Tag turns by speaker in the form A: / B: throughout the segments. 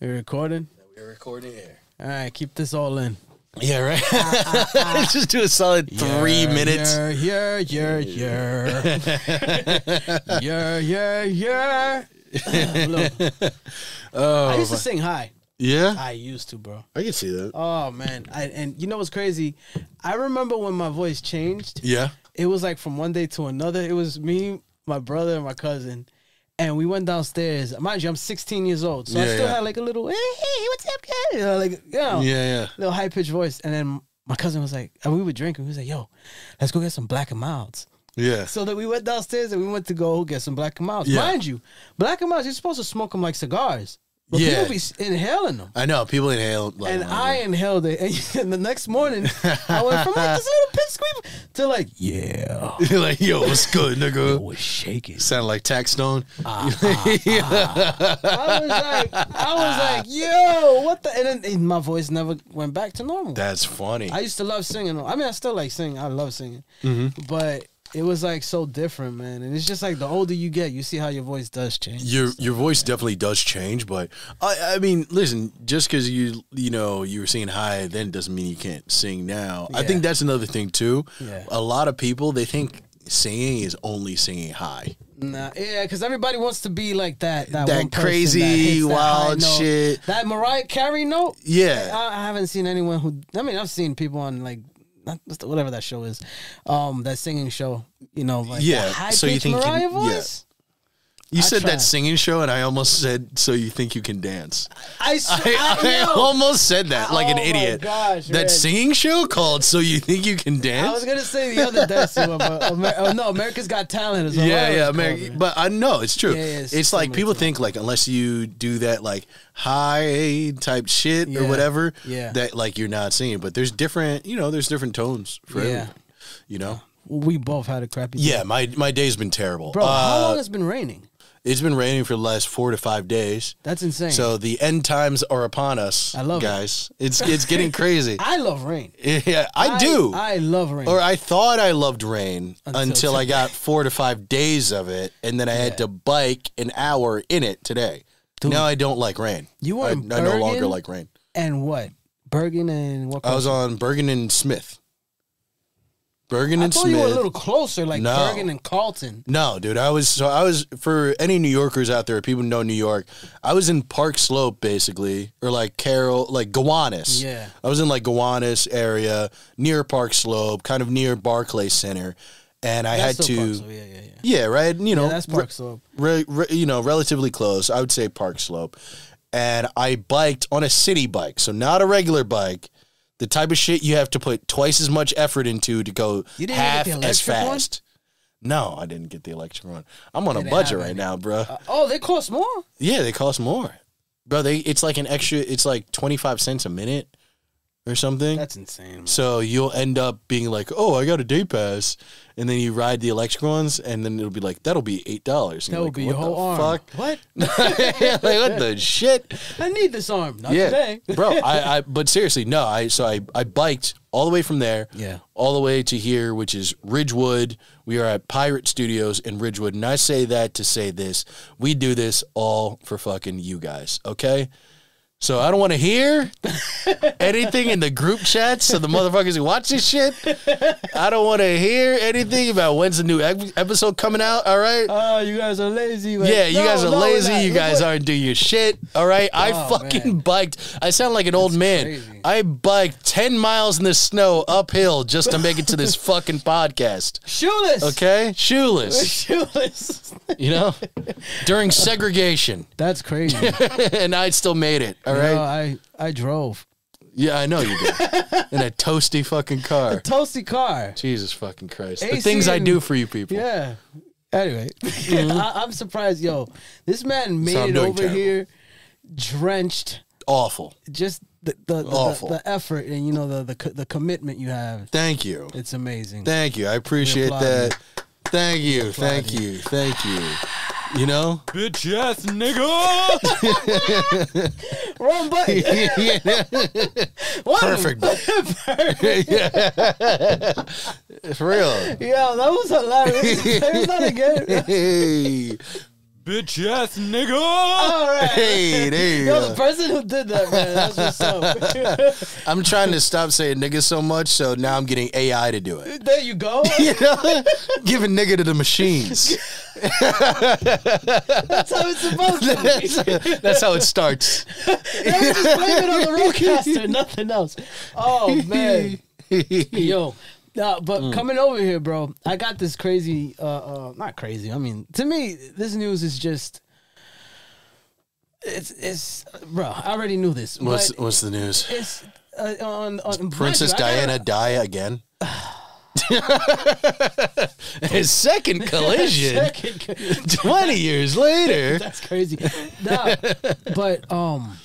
A: We recording?
B: We're recording here.
A: All right, keep this all in.
B: Yeah, right. Just do a solid three minutes.
A: Yeah, yeah, yeah, yeah. yeah, yeah, yeah. Look,
B: Oh,
A: I used to sing high.
B: yeah.
A: I used to, bro.
C: I can see that.
A: Oh man, I, and you know what's crazy? I remember when my voice changed.
B: Yeah.
A: It was like from one day to another. It was me, my brother, and my cousin, and we went downstairs. Mind you, I'm 16 years old, so I
B: Yeah,
A: still
B: yeah.
A: had like a little, hey, hey, what's up, guys? You know, like, you know,
B: Yeah, yeah.
A: little high pitched voice. And then my cousin was like, and we were drinking. He was like, yo, let's go get some black and milds.
B: Yeah.
A: So that we went downstairs and we went to go get some black and milds.
B: Yeah.
A: Mind you, black and milds, you're supposed to smoke them like cigars, but
B: Yeah.
A: people be s- inhaling them.
B: I know people inhale. Like,
A: And I inhaled it, and, the next morning I went from like this little pit squeak to like, yeah,
B: like, yo, what's good,
A: I
B: nigga?
A: was shaking.
B: Sound like Tax Stone.
A: I was like, I was like, yo, what the? And then and my voice never went back to normal.
B: That's funny.
A: I used to love singing. I mean, I still like singing. I love singing,
B: Mm-hmm.
A: but it was like so different, man. And it's just like the older you get, you see how your voice does change.
B: your your voice definitely does change, but I I mean, listen, just because you you know you were singing high then doesn't mean you can't sing now. I
A: Yeah.
B: think that's another thing too.
A: Yeah.
B: A lot of people they think singing is only singing high,
A: Nah, yeah, because everybody wants to be like that. That,
B: That
A: one person
B: crazy,
A: that hits that high
B: wild
A: note.
B: shit.
A: That Mariah Carey note.
B: Yeah.
A: I, I haven't seen anyone who. I mean, I've seen people on like. not- Whatever that show is, um, that singing show, you know, like
B: Yeah,
A: high
B: so you
A: pitched
B: think you-
A: Mariah
B: yeah.
A: voice.
B: You
A: I
B: said
A: tried.
B: that singing show, and I almost said, "So you think you can dance?"
A: I, s-
B: I,
A: I
B: I
A: know.
B: almost said that like an
A: Oh my
B: idiot.
A: gosh,
B: that
A: Reg.
B: singing show called "So You Think You Can Dance."
A: I was gonna say the other dance one, but Amer- oh, no, America's Got Talent is
B: yeah, yeah, Ameri- but I know it's true.
A: Yeah, yeah, it's
B: it's like
A: similar
B: people think like unless you do that like high type shit
A: Yeah,
B: or whatever,
A: yeah.
B: that like you're not singing. But there's different, you know, there's different tones for
A: Yeah.
B: everything. You know,
A: We both had a crappy. day.
B: yeah. My my day's been terrible.
A: bro.
B: Uh,
A: how long has it been raining?
B: it's been raining for the last four to five days.
A: That's insane.
B: So the end times are upon us,
A: I love it.
B: guys. It's it's getting crazy.
A: I love rain.
B: yeah, I, do.
A: I love rain.
B: or I thought I loved rain
A: Until
B: until, I got four to five days of it, and then I had to bike an hour in it today. Now I don't like rain.
A: You were
B: I, I
A: in
B: no longer
A: Bergen?
B: like rain.
A: and what? Bergen and what?
B: I was
A: place?
B: on Bergen and Smith. Bergen
A: I
B: and
A: thought
B: Smith.
A: you were a little closer, like
B: No.
A: Bergen and Carlton.
B: no, dude, I was so I was for any New Yorkers out there, people who know New York. I was in Park Slope basically, or like Carroll, like Gowanus.
A: Yeah.
B: I was in like Gowanus area near Park Slope, kind of near Barclay Center, and I
A: That's
B: had
A: still
B: to.
A: Park Slope, Yeah, yeah, yeah.
B: Yeah, right. You know,
A: yeah, that's
B: re-
A: Park Slope.
B: re- re- you know, relatively close. I would say Park Slope, and I biked on a city bike, so not a regular bike. The type of shit you have to put twice as much effort into to go
A: You didn't
B: half
A: get the
B: as
A: electric one?
B: fast. No, I didn't get the electric one. I'm on
A: They
B: a
A: didn't
B: budget
A: have
B: right
A: any.
B: now, bro.
A: Uh, oh, they cost more.
B: yeah, they cost more, bro. They it's like an extra. It's like twenty five cents a minute or something.
A: That's insane. Man.
B: So you'll end up being like, "Oh, I got a day pass," and then you ride the electric ones, and then it'll be like, "That'll be eight dollars."
A: That would be your whole arm. What?
B: like what the shit?
A: I need this arm. Not
B: Yeah,
A: today.
B: bro. I, I but seriously, no. I so I I biked all the way from there,
A: Yeah.
B: all the way to here, which is Ridgewood. We are at Pirate Studios in Ridgewood, and I say that to say this: we do this all for fucking you guys, okay? So I don't want to hear anything in the group chats of the motherfuckers who watch this shit. I don't want to hear anything about when's the new ep- episode coming out. All right.
A: Oh, you guys are lazy. man.
B: Yeah, you
A: No,
B: guys are
A: no, we're
B: lazy.
A: not.
B: You
A: Look
B: guys
A: what-
B: aren't doing your shit. All right. I
A: Oh,
B: fucking
A: man.
B: biked. I sound like an old man.
A: crazy.
B: I biked 10 miles in the snow uphill just to make it to this fucking podcast.
A: shoeless.
B: Okay? Shoeless,
A: shoeless.
B: you know? During segregation.
A: That's crazy.
B: and I still made it. All right.
A: No, I I drove
B: Yeah, I know you did. in a toasty fucking car.
A: toasty car.
B: Jesus fucking Christ.
A: AC
B: the things I do
A: and-
B: for you people.
A: Yeah. Anyway, I, I'm surprised, yo. This man made
B: So I'm
A: it
B: doing
A: over
B: terrible.
A: here, drenched.
B: Awful.
A: Just the the, the, the
B: Awful.
A: the effort and you know the the co- the commitment you have.
B: Thank you.
A: It's amazing.
B: Thank you. I appreciate
A: applaud
B: that. Thank you. Thank you. Thank you. You know?
D: Bitch ass nigga!
A: Wrong button. What?
B: Perfect. yeah. For real.
A: Yeah, that was hilarious. There's not again.
B: Hey.
D: bitch ass nigga.
A: All right.
B: Hey, there you
A: Yo,
B: go.
A: the person who did that, man, that's what's up.
B: I'm trying to stop saying nigga so much, so now I'm getting AI to do it.
A: there you go.
B: You know? Giving nigga to the machines.
A: That's how it's supposed to be.
B: that's, that's how it starts.
A: They were just blame it on the roadcaster, nothing else. Oh man, yo, nah, but coming over here, bro, I got this crazy. Uh, uh, not crazy. I mean, to me, this news is just. It's it's bro. I already knew this,
B: What's
A: but
B: what's the news?
A: it's uh, on on
B: Princess
A: mind you, I gotta-
B: Diana die again? His second collision
A: Second-
B: 20 years later.
A: That's crazy. Nah, but um,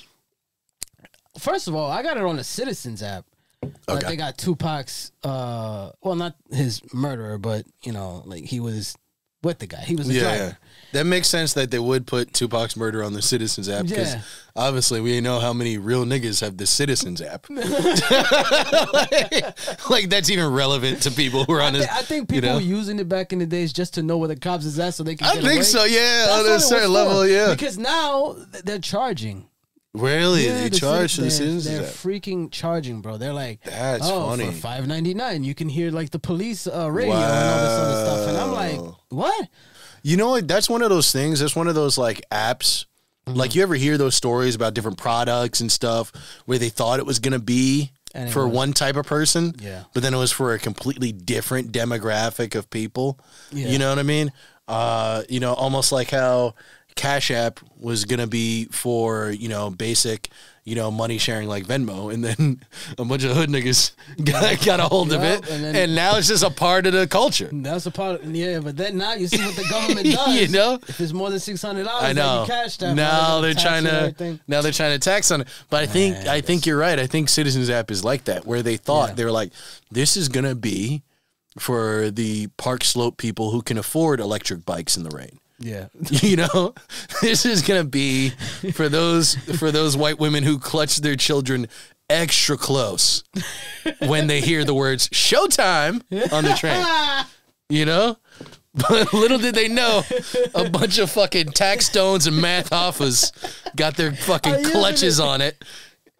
A: first of all, I got it on the Citizens app. Like
B: Okay.
A: they got Tupac's, uh, well, not his murderer, but you know, like he was with the guy. He was a
B: Yeah, yeah.
A: driver.
B: That makes sense that they would put Tupac's murder on the Citizens app because
A: Yeah.
B: obviously we know how many real niggas have the Citizens app. like, that's even relevant to people who are on this.
A: I think
B: you
A: people
B: know?
A: were using it back in the days just to know where the cops is at, so they can.
B: I
A: get
B: think
A: away.
B: so, yeah.
A: That's
B: on
A: what it
B: a
A: was
B: certain
A: for,
B: level, yeah.
A: Because now th- they're charging.
B: really?
A: Yeah,
B: they
A: the
B: charge
A: citi-
B: to the
A: they're-
B: Citizens
A: They're
B: app.
A: freaking charging, bro. They're like,
B: That's
A: oh,
B: funny.
A: for five ninety nine, you can hear like the police uh, radio and all this other stuff, and I'm like,
B: Wow.
A: what?
B: You know what? That's one of those things. That's one of those like apps.
A: Mm-hmm.
B: Like you ever hear those stories about different products and stuff where they thought it was going to be
A: And it
B: for
A: was.
B: one type of person,
A: Yeah.
B: but then it was for a completely different demographic of people.
A: Yeah.
B: You know what I mean? Uh, you know, almost like how Cash App was going to be for, you know, basic, you know, money sharing like Venmo and then a bunch of hood niggas got, got a hold of
A: Yup,
B: it
A: and
B: and,
A: then-
B: now it's just a part of the culture.
A: That's a part. Of, yeah, but then now you see what the government does.
B: You know?
A: if it's more than six hundred dollars,
B: I know.
A: You cash that. motherfucker,
B: now they're
A: tax
B: trying
A: and
B: to
A: everything.
B: now they're trying to tax on it. But I think I think you're right. I think Citizens app is like that, where they thought
A: Yeah.
B: they were like, this is gonna be for the Park Slope people who can afford electric bikes in the rain.
A: Yeah,
B: You know, this is gonna be for those for those white women who clutch their children extra close when they hear the words "Showtime" on the train.
A: Ah,
B: You know, but little did they know, a bunch of fucking tax stones and math offas got their fucking
A: using
B: clutches
A: it.
B: on it,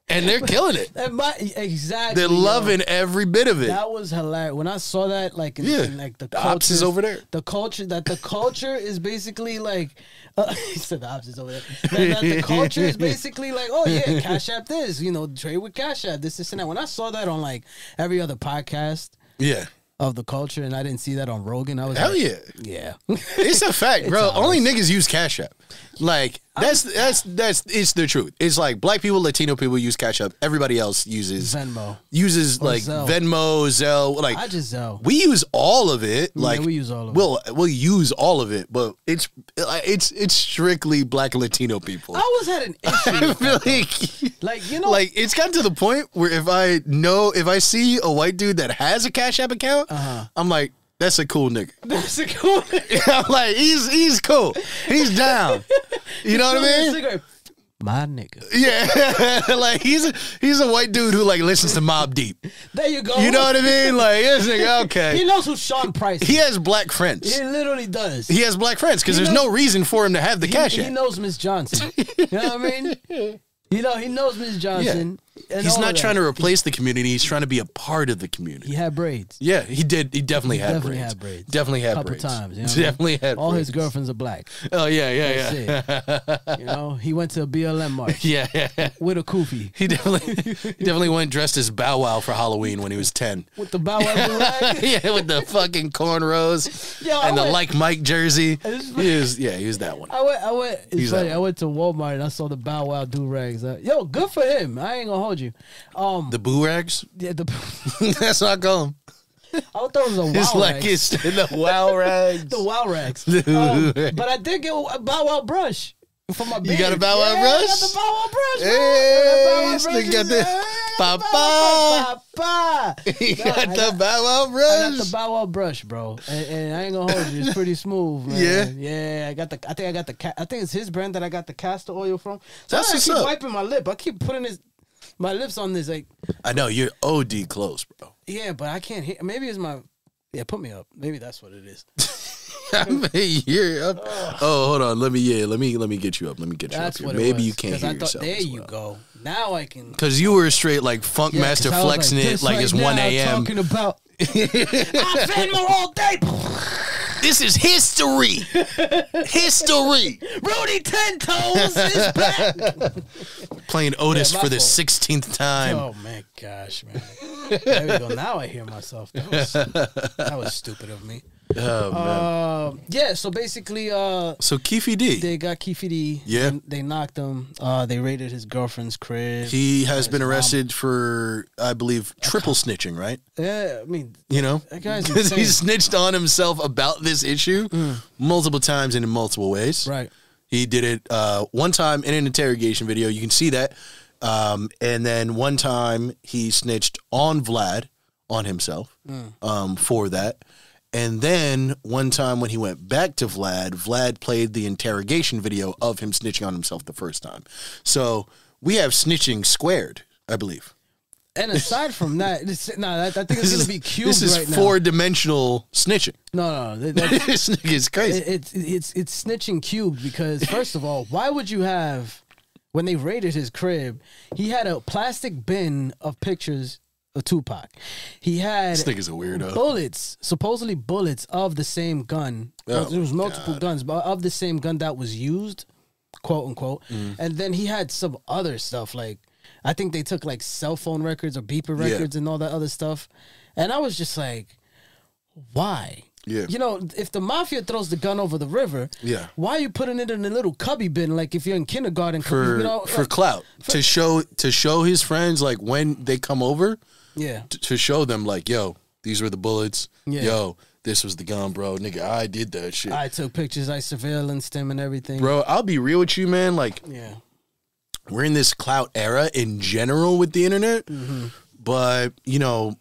B: and they're killing it.
A: that might, exactly.
B: They're
A: yo.
B: loving every bit of it.
A: That was hilarious. When I saw that, like, in,
B: Yeah.
A: in, like the,
B: The ops is
A: cultures-
B: over there.
A: The culture that the culture is basically like, uh, he said the ops is over there. That, that the culture is basically like, oh yeah, Cash App this, you know, trade with Cash App this, this, and that. When I saw that on like every other podcast
B: Yeah,
A: of the culture, and I didn't see that on Rogan, I was
B: hell
A: like,
B: yeah.
A: yeah,
B: It's a fact, bro. Only niggas use Cash App. Like that's that's that's it's the truth. It's like black people, Latino people use Cash App. Everybody else uses
A: Venmo.
B: uses like
A: Zelle.
B: Venmo, Zelle. Like
A: I just uh, Zelle.
B: we use all of it. Like
A: we use all of it.
B: we'll, it. We'll use all of it, but it's it's it's strictly black and Latino people.
A: I always had an issue,
B: I feel like
A: like you know,
B: like it's gotten to the point where if I know if I see a white dude that has a Cash App account,
A: Uh-huh.
B: I'm like, that's a cool nigga.
A: that's a cool.
B: I'm like, he's he's cool. He's down. You know what I mean?
A: Cigarette. My nigga,
B: Yeah. like he's a, he's a white dude who like listens to Mob Deep.
A: there you go.
B: You know what I mean? Like this nigga,
A: he
B: okay.
A: knows who Sean Price.
B: He
A: is.
B: has black friends.
A: He literally does.
B: He has black friends because
A: He
B: there's
A: knows-
B: no reason for him to have the cash
A: he, he
B: app.
A: knows Miss Johnson. you know what I mean? You know, he knows Miss Johnson. and
B: He's
A: all
B: not
A: of
B: trying
A: that.
B: to replace the community. He's trying to be a part of the community.
A: He had braids.
B: Yeah, he did. He definitely had
A: definitely
B: braids.
A: had braids.
B: Definitely had
A: Couple
B: braids.
A: times, you know what I mean?
B: definitely had
A: All
B: braids.
A: his girlfriends are black.
B: Oh yeah, yeah,
A: That's
B: yeah,
A: it. you know, he went to a BLM march
B: yeah. yeah.
A: with a kufi.
B: He definitely, he definitely went dressed as Bow Wow for Halloween when he was ten.
A: With the bow wow rag.
B: yeah, with the fucking cornrows
A: Yo, I
B: and the
A: went-
B: like Mike jersey.
A: It's-
B: He was, yeah, he was that one.
A: I went. I went. It's
B: He's
A: funny.
B: that
A: I went to Walmart and I saw the bow wow do rags. Uh, yo, good for him. I ain't gonna hold you. Um,
B: The boo rags.
A: yeah, the,
B: That's not going.
A: I thought it was a wow
B: It's like
A: rags.
B: it's the wow rags.
A: the wow rags. Um, but I did get a bow wow brush for my. Beard.
B: got a Bow Wow
A: yeah, I got
B: brush?
A: the bow wow brush. man.
B: Hey,
A: Bow Wow
B: look
A: brushes.
B: at the
A: Bow
B: papa.
A: Wow brush, Papa.
B: He
A: No,
B: got
A: I
B: the bow wow
A: I got the
B: brush.
A: Bow Wow brush, bro, and, and I ain't gonna hold you. It's pretty smooth, man. Yeah, yeah. I got the. I think I got the. Ca- I think it's his brand that I got the castor oil from. So
B: That's
A: I
B: what's
A: keep
B: up.
A: wiping my lip. I keep putting this, my lips on this. Like,
B: I know you're OD close, bro.
A: yeah, but I can't hear. Maybe it's my. Yeah, put me up. Maybe that's what it is.
B: I'm a year up. Oh, hold on. Let me. Yeah, let me. Let me get you up. Let me get you
A: That's
B: up. Here.
A: what it
B: Maybe
A: was,
B: you can't
A: 'cause
B: hear
A: I thought,
B: yourself.
A: There
B: as
A: you
B: well.
A: go. Now I can.
B: Cause you were straight like funk
A: Yeah, 'cause
B: master
A: I was
B: flexing it
A: this
B: like
A: right
B: it's
A: now
B: one a.m.
A: Talking about. I've been there all day.
B: This is history. history.
A: Rudy Ten Toes is back.
B: Playing Otis
A: Yeah, my
B: for the
A: fault.
B: sixteenth time.
A: Oh my gosh, man! There we go. Now I hear myself. That was, that was stupid of me.
B: Oh, man.
A: Uh, yeah. So basically, uh,
B: so Keefy D.
A: they got Kifidi.
B: Yeah.
A: and They knocked him. Uh, they raided his girlfriend's crib.
B: he has
A: um,
B: been arrested for, I believe, triple snitching, right?
A: yeah. I mean,
B: You know,
A: That guy's
B: he
A: insane. Mm.
B: snitched on himself about this issue multiple times and in multiple ways.
A: right.
B: He did it uh, one time in an interrogation video. You can see that. Um, and then one time he snitched on Vlad, on himself,
A: Hmm.
B: um, for that. And then one time when he went back to Vlad, Vlad played the interrogation video of him snitching on himself the first time. So we have snitching squared, I believe.
A: And aside from that, it's, no, that, I think it's gonna be cubed
B: this is
A: right
B: four dimensional snitching.
A: now. No, no, no. that-
B: this nigga is crazy.
A: it, it's it's it's snitching cubed because first of all, why would you have when they raided his crib? He had a plastic bin of pictures of Tupac. He had
B: This nigga's a weirdo.
A: bullets, supposedly bullets of the same gun.
B: Oh,
A: there was multiple guns, but of the same gun that was used, quote unquote.
B: Mm.
A: And then he had some other stuff like I think they took like cell phone records or beeper
B: Yeah.
A: records and all that other stuff. And I was just like, why?
B: Yeah.
A: You know, if the mafia throws the gun over the river,
B: Yeah.
A: why are you putting it in a little cubby bin like if you're in kindergarten?
B: for
A: you know,
B: for
A: like-
B: clout to show to show his friends like when they come over
A: yeah.
B: t- to show them like yo these were the bullets
A: Yeah.
B: yo this was the gun bro nigga I did that shit
A: I took pictures, I surveillanced him and everything.
B: bro I'll be real with you man like
A: Yeah.
B: we're in this clout era in general with the internet
A: Mm-hmm.
B: but you know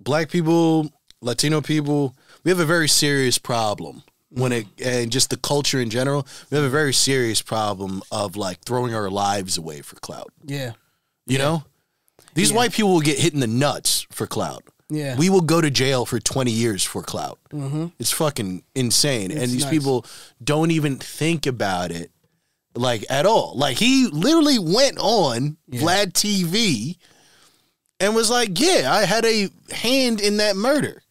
B: black people Latino people we have a very serious problem when it and just the culture in general we have a very serious problem of like throwing our lives away for clout
A: Yeah.
B: You know, these white people will get hit in the nuts for clout.
A: Yeah.
B: We will go to jail for 20 years for clout. Mm-hmm. It's fucking insane. and these
A: nuts.
B: people don't even think about it like at all. Like he literally went on Vlad TV and was like, yeah, I had a hand in that murder.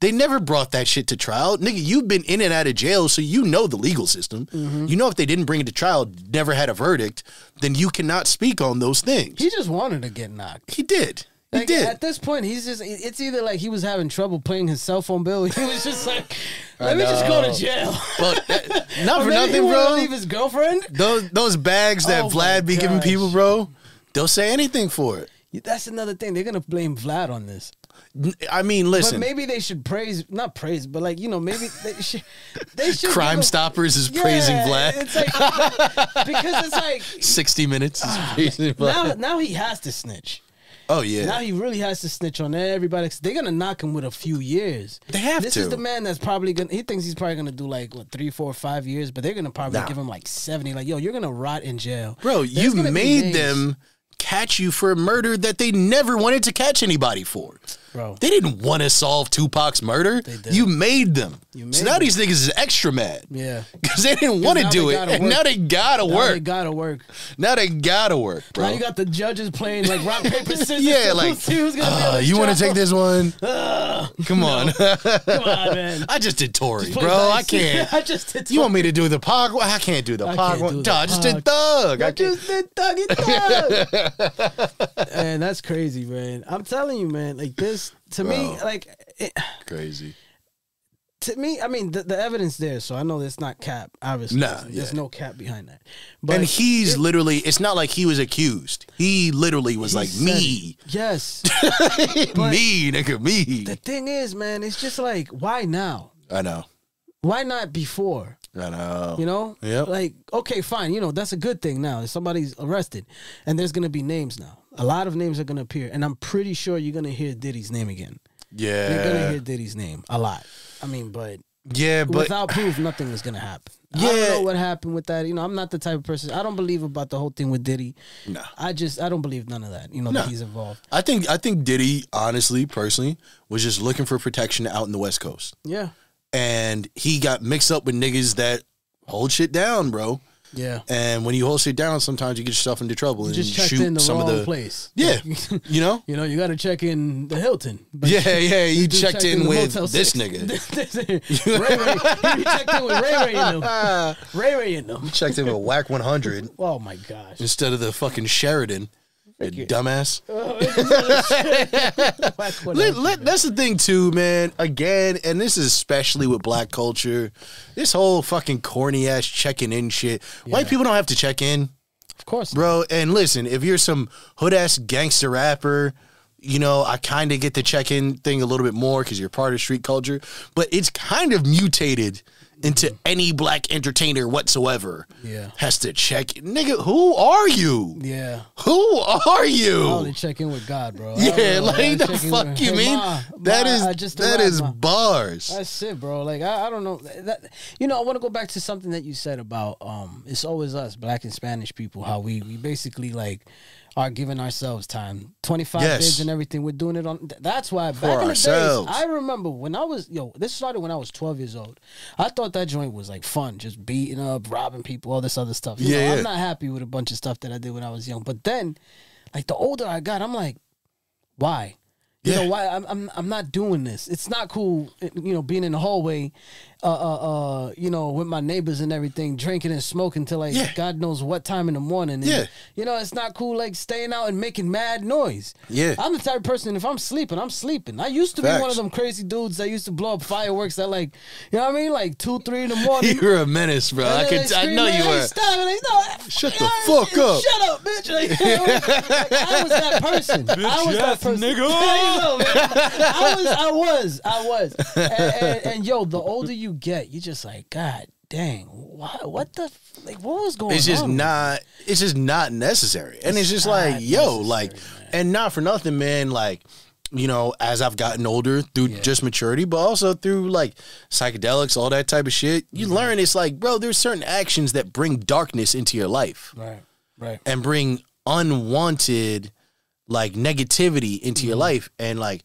B: They never brought that shit to trial. Nigga, you've been in and out of jail, so you know the legal system.
A: Mm-hmm.
B: You know if they didn't bring it to trial, never had a verdict, then you cannot speak on those things.
A: He just wanted to get knocked.
B: He did. He
A: Like, At
B: did.
A: this point, he's just, it- it's either like he was having trouble paying his cell phone bill. He was just like, let me just go to jail.
B: But not
A: Or
B: for
A: maybe he
B: nothing,
A: wanted to
B: bro.
A: leave his girlfriend?
B: Those those bags that
A: Oh my
B: Vlad be giving
A: gosh.
B: people, bro, they'll say anything for it.
A: That's another thing. They're going to blame Vlad on this.
B: N- I mean,
A: But
B: listen,
A: maybe they should praise, not praise, but like, you know, maybe they should. They should
B: Crime
A: give a-
B: Stoppers is
A: Yeah,
B: praising Vlad.
A: It's like, because it's like,
B: 60 minutes is praising Vlad.
A: now, now he has to snitch.
B: Oh, yeah.
A: Now he really has to snitch on everybody. They're gonna knock him with a few years.
B: They have
A: this
B: to.
A: is the man that's probably gonna. He thinks he's probably gonna do like what three, four, five years, but they're gonna probably
B: Nah.
A: give him like seventy. Like, yo, you're gonna rot in jail,
B: Bro,
A: There's
B: you
A: gonna be
B: made
A: names.
B: them catch you for a murder that they never wanted to catch anybody for.
A: bro.
B: They didn't want to solve Tupac's murder.
A: didn't.
B: You made them.
A: You
B: so
A: made
B: now
A: them.
B: these niggas is extra mad.
A: yeah,
B: Because they didn't want to
A: now
B: do
A: they
B: it.
A: gotta
B: And
A: work.
B: now they gotta
A: Now
B: work.
A: They gotta work.
B: Now they gotta work, bro.
A: Now you got the judges playing like rock paper scissors.
B: yeah, like
A: Who's- who's gonna be on
B: "Uh,
A: the
B: you want to
A: trial?
B: take this one? Come on,
A: Come on, man.
B: I just did Tory,
A: Play
B: bro. I
A: dice.
B: can't.
A: I just did.
B: You want me to do the Pog? one? I can't do the
A: I
B: Pog
A: can't
B: one.
A: do
B: Duh,
A: the
B: I just did
A: Pog.
B: Thug. I
A: I
B: can't.
A: just did thuggy thug. and that's crazy, man. I'm telling you, man. Like this to me,
B: Bro.
A: like it,
B: Crazy.
A: to me, I mean the, the evidence there. So I know it's not cap. Obviously,
B: Nah,
A: there's, there's
B: yeah.
A: no cap behind that. But
B: and he's literally. It's not like he was accused. He literally was
A: he
B: like
A: said
B: me,
A: it. Yes. but-
B: me, nigga, me.
A: the thing is, man, it's just like why now?
B: I know.
A: Why not before?
B: I know.
A: You know,
B: Yep.
A: Like, okay, fine. You know, that's a good thing now. If somebody's arrested, and there's gonna be names now. A lot of names are gonna appear, and I'm pretty sure you're gonna hear Diddy's name again. You're gonna
B: yeah.
A: hear Diddy's name a lot. I mean, but,
B: yeah, but
A: without proof, nothing is gonna happen. I
B: Yeah.
A: don't know what happened with that. You know, I'm not the type of person. I don't believe about the whole thing with Diddy.
B: No.
A: I just I don't believe none of that. You know that he's involved.
B: I think I think Diddy, honestly, personally, was just looking for protection out in the West Coast.
A: Yeah,
B: and he got mixed up with niggas that hold shit down, bro.
A: Yeah.
B: And when you hold shit down, sometimes you get yourself into trouble
A: You
B: and
A: just checked
B: shoot
A: in the
B: some
A: wrong
B: of the
A: place.
B: yeah, you know.
A: You know, you got to check in the Hilton. But
B: Yeah, yeah, you
A: dude
B: checked in
A: the
B: with
A: Motel
B: this
A: Six.
B: nigga.
A: This- this- Ray Ray. You checked in with Ray Ray and them.
B: Ah,
A: Ray Ray and them.
B: checked in with Whack 100
A: Oh my gosh.
B: instead of the fucking Sheridan, you dumbass.
A: That's what
B: Let-
A: I-
B: let- that's the thing too, man. Again, and this is especially with black culture, this whole fucking corny ass checking in shit. White people don't have to check in,
A: of course.
B: bro. And listen, if you're some hood ass gangster rapper, you know I kind of get the check in thing a little bit more because you're part of street culture. But it's kind of mutated into any black entertainer whatsoever.
A: Mm-hmm. Yeah.
B: has to check, nigga. Who are you?
A: Yeah.
B: Who are you?
A: I only check in with God, bro. I don't
B: Yeah,
A: know. I
B: like the
A: check in
B: fuck
A: with-
B: you
A: Hey,
B: mean?
A: Ma,
B: That
A: Ma,
B: is
A: I just
B: that
A: arrived,
B: is
A: Ma.
B: bars.
A: That's it, bro. Like I, I don't know. That you know, I want to go back to something that you said about um it's always us, black and Spanish people, how we, we basically like are giving ourselves time. Twenty five
B: Yes.
A: days and everything. We're doing it on th- that's why back in the
B: ourselves.
A: days I remember when I was yo, this started when I was twelve years old. I thought that joint was like fun, just beating up, robbing people, all this other stuff. You
B: Yeah,
A: know,
B: yeah.
A: I'm not happy with a bunch of stuff that I did when I was young. But then like the older I got, I'm like, why? You
B: Yeah.
A: know why I'm, I'm I'm not doing this. It's not cool, you know, being in the hallway, uh, uh, uh you know, with my neighbors and everything, drinking and smoking till like
B: Yeah.
A: God knows what time in the morning. And,
B: Yeah.
A: you know, it's not cool like staying out and making mad noise.
B: Yeah.
A: I'm the type of person if I'm sleeping, I'm sleeping. I used to be one
B: Facts.
A: of them crazy dudes that used to blow up fireworks at like, you know what I mean, like two, three in the morning.
B: You're a menace, bro. I
A: And then
B: could
A: they
B: I know
A: scream,
B: you
A: "Hey,
B: were.
A: Stop it. Like, no,
B: Shut
A: fuck
B: the
A: you.
B: fuck up.
A: Shut up, bitch. Like, you know, like, I was that person. I was
D: ass
A: that person.
D: nigga.
A: I know, man. I was. I was. I was. And, and, and yo, the older you get, you just like, God dang, why, what the, f- like, what was going on?
B: It's just
A: with
B: not. It's just not necessary, and it's just like,
A: not
B: yo,
A: necessary,
B: like, and not for nothing, man. Like, you know, as I've gotten older through just maturity, but also through like psychedelics, all that type of shit, you learn it's like, bro, there's certain actions that bring darkness into your life.
A: Right. Right.
B: and bring unwanted like negativity into
A: Mm-hmm.
B: your life and like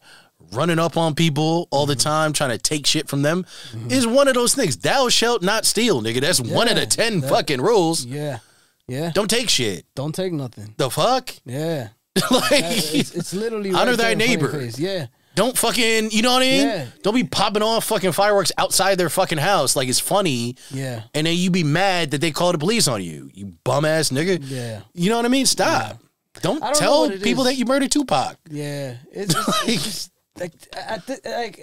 B: running up on people all the time trying to take shit from them is one of those things thou shalt not steal nigga that's one of the
A: Mm-hmm. Yeah,
B: 10 fucking rules
A: Yeah. Yeah.
B: don't take shit
A: Don't take nothing.
B: the fuck
A: Yeah.
B: like
A: It's, it's literally
B: Honor
A: right there
B: thy
A: in front of your
B: neighbor.
A: face. Yeah.
B: don't fucking you know what i mean
A: Yeah.
B: don't be popping off fucking fireworks outside their fucking house like it's funny
A: Yeah.
B: and then you be mad that they call the police on you you bum ass nigga
A: Yeah.
B: you know what i mean stop don't,
A: I don't know
B: tell
A: what it
B: people
A: is.
B: that you murdered tupac
A: Yeah, it's, it's, it's just like at thi- like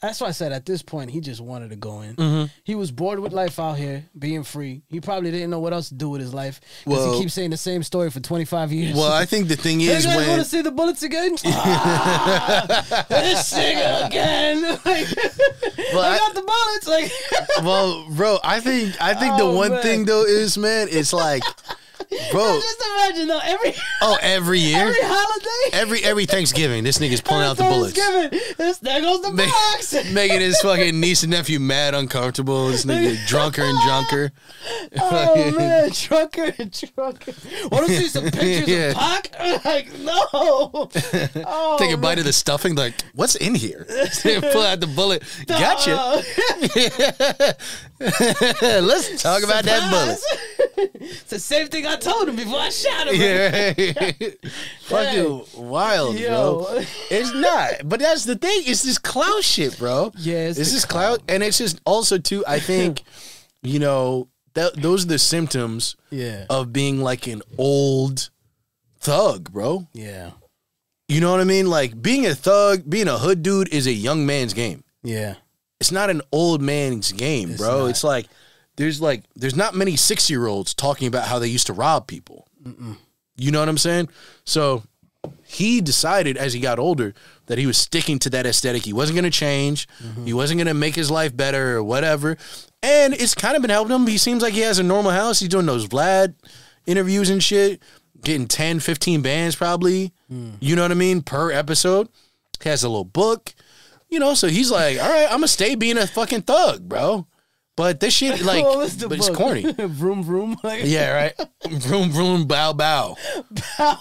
A: that's why I said at this point he just wanted to go in.
B: Mm-hmm.
A: He was bored with life out here, being free. He probably didn't know what else to do with his life because
B: Well-
A: he keeps saying the same story for twenty five years.
B: Well, I think the thing
A: Hey
B: is
A: guys, want
B: when
A: to see the bullets again? Ah, this nigga again.
B: well,
A: I
B: I,
A: got the bullets. Like,
B: well, bro, I think I think
A: Oh,
B: the one
A: man.
B: thing though is man, it's like, bro,
A: just imagine though. Every
B: oh, every year,
A: every holiday,
B: every every Thanksgiving, this nigga's pulling
A: every
B: out the bullets,
A: Thanksgiving, this there goes the
B: Ma-
A: box.
B: making his fucking niece and nephew mad, uncomfortable. This nigga drunker and drunker.
A: Oh man, trucker, trucker. Want to see some pictures
B: Yeah.
A: of Pac? Like no. Oh,
B: Take a bite of the stuffing, like, what's in here? Pull out the bullet. Gotcha. Let's talk about that bullet.
A: it's the same thing I told him before I shot him.
B: Yeah. Fucking wild, bro.
A: Yo.
B: It's not. But that's the thing. It's this clout shit, bro.
A: Yeah,
B: It's,
A: it's the
B: this clout. And it's just also, too, I think, you know, that those are the symptoms
A: Yeah.
B: of being like an old thug, bro.
A: Yeah.
B: You know what I mean? Like being a thug, being a hood dude is a young man's game.
A: Yeah.
B: It's not an old man's game, bro.
A: not.
B: It's like there's like there's not many six year olds talking about how they used to rob people. You know what I'm saying? So he decided as he got older that he was sticking to that aesthetic. He wasn't going to change. He wasn't going to make his life better or whatever. And it's kind of been helping him. He seems like he has a normal house. He's doing those Vlad interviews and shit, getting 10, 15 bands probably. You know what I mean? Per episode. He has a little book. You know, so he's like, all right, I'm going to stay being a fucking thug, bro. But this shit, like,
A: Well, Oh, it's the
B: but it's
A: book.
B: corny.
A: vroom vroom. Like,
B: Yeah, right. vroom vroom, bow bow.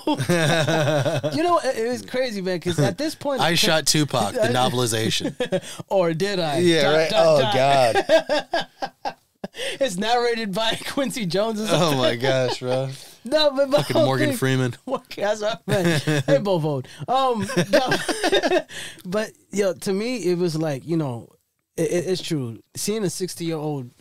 A: You know, it, it was crazy, man. Because at this point,
B: I shot Tupac. The novelization.
A: or did I? Dot, dot, dot.
B: Oh, god.
A: It's narrated by Quincy Jones. Or something.
B: Oh my gosh, bro.
A: No, but my
B: Fucking
A: whole
B: Morgan
A: thing-
B: Freeman.
A: Fuck, That's what I meant. They both old. Um, no. but yo, to me, it was like you know, it, it- it's true. Seeing a sixty-year-old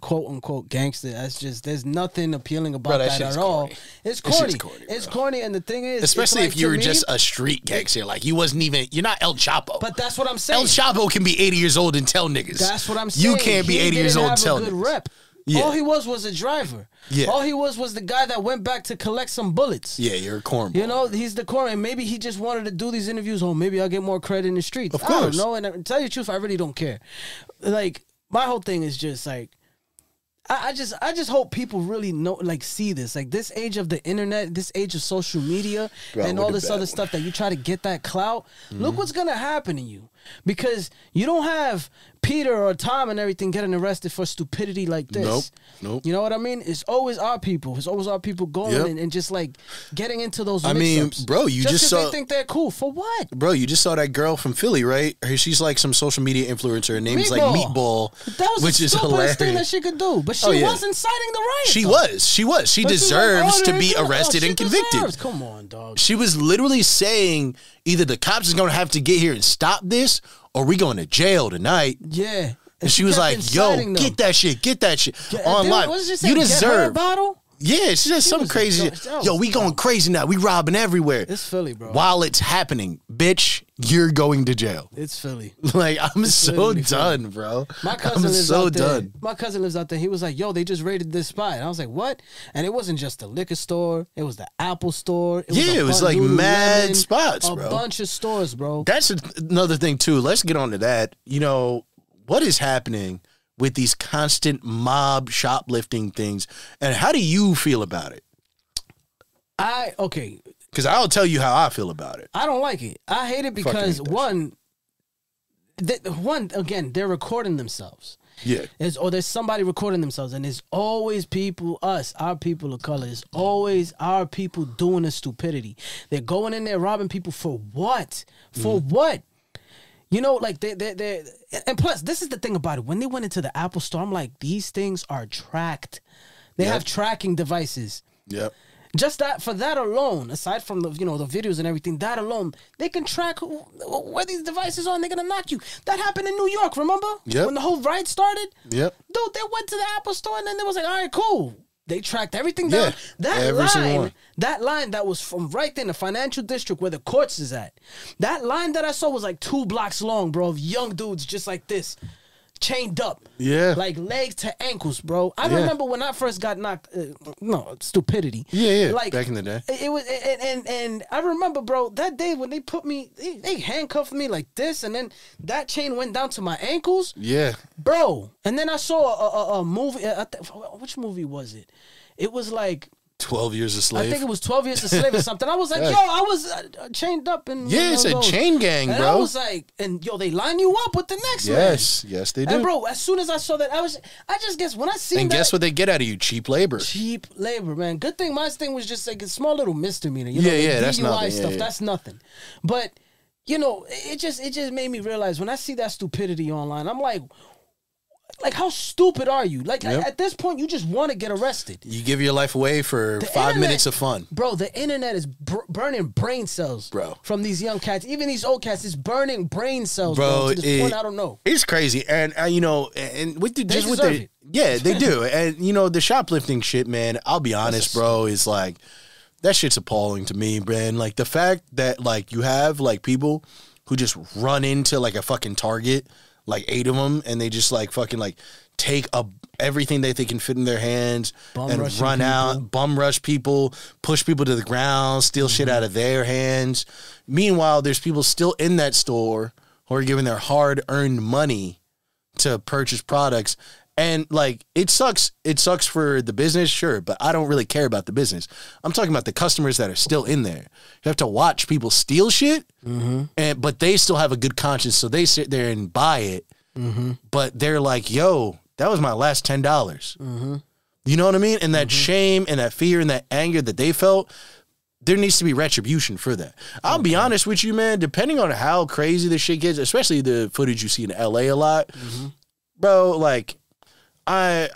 A: quote unquote gangster, that's just there's nothing appealing about
B: Bro, that
A: that,
B: shit's
A: at all.
B: corny.
A: It's
B: That shit's
A: corny.
B: corny,
A: it's
B: bro.
A: corny, and the thing is, it's
B: Especially
A: like,
B: if you
A: to
B: were
A: me-
B: just a street gangster, like you wasn't even. You're not El Chapo.
A: But that's what I'm saying.
B: El Chapo can be 80 years old and tell niggas.
A: That's what I'm saying.
B: You can't be
A: He
B: 80 years
A: didn't
B: old and
A: have
B: tell
A: a good
B: niggas.
A: rep.
B: Yeah.
A: All he was was a driver.
B: Yeah.
A: All he was was the guy that went back to collect some bullets.
B: Yeah, you're a cornball.
A: You know, he's the core, and maybe he just wanted to do these interviews. Oh, maybe I'll get more credit in the streets.
B: Of
A: I don't
B: course.
A: know. And I, to tell you the truth, I really don't care. Like my whole thing is just like, I, I just, I just hope people really know, like, see this, like this age of the internet, this age of social media,
B: Bro,
A: and
B: look
A: all
B: at
A: this
B: that
A: other
B: one. Mm-hmm.
A: stuff that you try to get that clout. Look what's gonna happen to you because you don't have Peter or Tom and everything getting arrested for stupidity like this.
B: Nope. Nope.
A: You know what I mean? It's always our people. It's always our people going
B: Yep.
A: and, and just like getting into those.
B: I mean,
A: mix-ups.
B: bro, you just
A: 'cause
B: saw-
A: they think they're cool for what?
B: Bro, you just saw that girl from Philly, right? Her- She's like some social media influencer. Her name is like
A: Meatball.
B: Meatball,
A: That was
B: which
A: the
B: is
A: stupidest
B: hilarious.
A: thing that she could do, but she
B: Oh, yeah.
A: was inciting the riot.
B: she
A: though.
B: was, she was, she
A: But she's like,
B: deserves
A: oh,
B: to
A: there
B: be
A: you go.
B: arrested
A: She
B: and convicted.
A: deserves. Come on, dog.
B: She was literally saying either the cops is gonna have to get here and stop this, or we going to jail tonight.
A: Yeah,
B: And she was
A: kept
B: like, "Yo,
A: inciting them.
B: get that shit, get that shit
A: Get-
B: on
A: didn't-
B: live.
A: what did she say?
B: You
A: Get her a
B: deserve."
A: bottle.
B: Yeah, she said some
A: was dumb.
B: crazy.
A: That
B: shit.
A: was
B: Yo, we going
A: dumb.
B: crazy now. We robbing everywhere.
A: It's Philly, bro.
B: While it's happening, bitch, you're going to jail.
A: It's Philly.
B: Like I'm so
A: literally
B: done, bro.
A: My cousin
B: I'm
A: lives
B: so
A: out there.
B: done.
A: My cousin lives out there. He was like, "Yo, they just raided this spot." And I was like, "What?" And it wasn't just the liquor store. It was the Apple store. It
B: Yeah,
A: a
B: it was,
A: bunch-
B: like, mad
A: Lululemon,
B: spots,
A: a
B: bro.
A: bunch of stores, bro.
B: That's a- another thing too. Let's get on to that. You know what is happening with these constant mob shoplifting things, and how do you feel about it?
A: I okay.
B: Because I'll tell you how I feel about it.
A: I don't like it. I hate it because
B: hate that
A: one, th- one again, they're recording themselves.
B: Yeah,
A: There's, or there's somebody recording themselves, and there's always people, us, our people of color. There's always our people doing the stupidity. They're going in there robbing people for what? For what? You know, like they, they, they. And plus, this is the thing about it. When they went into the Apple Store, I'm like, these things are tracked. They have tracking devices
B: yep.
A: just that for that alone aside from the you know the videos and everything that alone they can track who, where these devices are and they're gonna knock you that happened in new york remember
B: Yep.
A: when the whole ride started
B: Yep.
A: dude they went to the apple store and then they was like all right cool they tracked everything
B: Yeah,
A: down that
B: every single
A: line
B: one.
A: that line that was from right there in the financial district where the courts is at that line that i saw was like two blocks long bro of young dudes just like this chained up
B: Yeah.
A: like legs to ankles bro i
B: Yeah.
A: remember when i first got knocked uh, no stupidity
B: Yeah, yeah, back in the day.
A: it it was and, and and I remember, bro, that day when they put me, they, they handcuffed me like this, and then that chain went down to my ankles,
B: Yeah,
A: bro. And then I saw a, a, a movie. uh, I th- which movie was it? It was like
B: twelve years a
A: I
B: slave.
A: think it was Twelve Years a Slave or something. I was like,
B: Yeah.
A: yo, I was uh, chained up and
B: yeah, it's a chain gang,
A: and I
B: bro.
A: was like, and yo, they line you up with the next man.
B: Yes, yes, they do.
A: And bro, as soon as I saw that, I was, I just guess when I seen
B: and
A: that,
B: guess what they get out of you? Cheap labor.
A: cheap labor, man. Good thing my thing was just like a small little misdemeanor. You
B: Yeah,
A: know, the
B: yeah,
A: DUI
B: that's nothing. Yeah,
A: stuff.
B: yeah.
A: That's nothing. But you know, it just it just made me realize when I see that stupidity online, I'm like, like how stupid are you? Like
B: Yep.
A: at this point, you just want to get arrested,
B: You give your life away for five
A: internet-
B: minutes of fun.
A: bro. The internet is br- burning brain cells,
B: Bro.
A: from these young cats, even these old cats. It's burning brain cells, bro.
B: Bro,
A: to this
B: it-
A: point, I don't know.
B: It's crazy, and uh, you know, and with the, just with
A: deserve
B: the
A: it.
B: yeah, they do, and you know, the shoplifting shit, man. I'll be honest, bro, is like that shit's appalling to me, man. Like the fact that like you have like people who just run into like a fucking Target, like eight of them, and they just like fucking like take a everything that they can fit in their hands
A: Bum
B: and
A: rushing
B: run
A: people.
B: out, bum rush people, push people to the ground, steal shit
A: Mm-hmm.
B: out of their hands. Meanwhile, there's people still in that store who are giving their hard earned money to purchase products. And like it sucks, it sucks for the business, sure, but I don't really care about the business. I'm talking about the customers that are still in there. You have to watch people steal shit, and but they still have a good conscience, so they sit there and buy it. But they're like, "Yo, that was my last ten dollars.
A: Mm-hmm.
B: You know what I mean? And that shame and that fear and that anger that they felt, there needs to be retribution for that. I'll be honest with you, man. Depending on how crazy this shit gets, especially the footage you see in L.A. a lot,
A: Mm-hmm.
B: bro. Like, I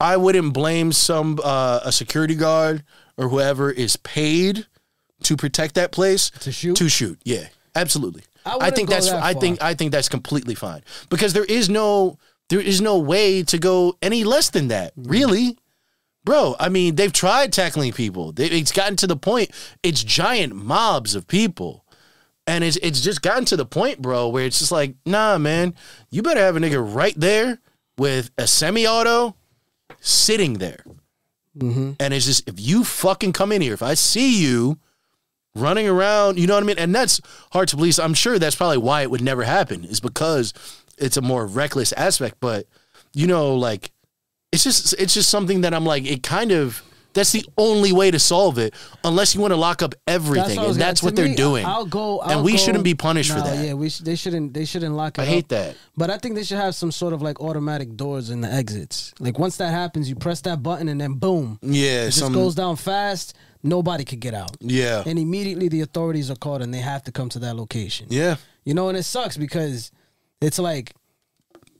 B: I wouldn't blame some uh, a security guard or whoever is paid to protect that place
A: To shoot?
B: To shoot, yeah, absolutely.
A: I
B: I,
A: wouldn't
B: think
A: go
B: that's
A: that
B: I
A: far.
B: think I think that's completely fine because there is no there is no way to go any less than that,
A: Mm.
B: really. Bro, I mean, they've tried tackling people. They, it's gotten to the point. It's giant mobs of people, and it's it's just gotten to the point, bro, where it's just like, nah, man, you better have a nigga right there with a semi-auto sitting there. And it's just if you fucking come in here, if I see you running around, you know what I mean? And that's hard to police. I'm sure that's probably why it would never happen, is because it's a more reckless aspect. But you know, like it's just it's just something that I'm like, it kind of that's the only way to solve it, unless you want to lock up everything.
A: I was
B: and
A: gonna-
B: that's
A: to
B: what they're
A: me,
B: doing.
A: I- I'll go.
B: And
A: I'll
B: we
A: go-
B: shouldn't be punished for
A: Nah,
B: that.
A: Yeah, we sh- they shouldn't. They shouldn't lock. It
B: I hate
A: up.
B: that.
A: But I think they should have some sort of like automatic doors in the exits. Like once that happens, you press that button and then boom, it
B: Yeah,
A: just goes down fast. Nobody could get out.
B: Yeah.
A: And immediately the authorities are called and they have to come to that location.
B: yeah.
A: You know, and it sucks because it's like,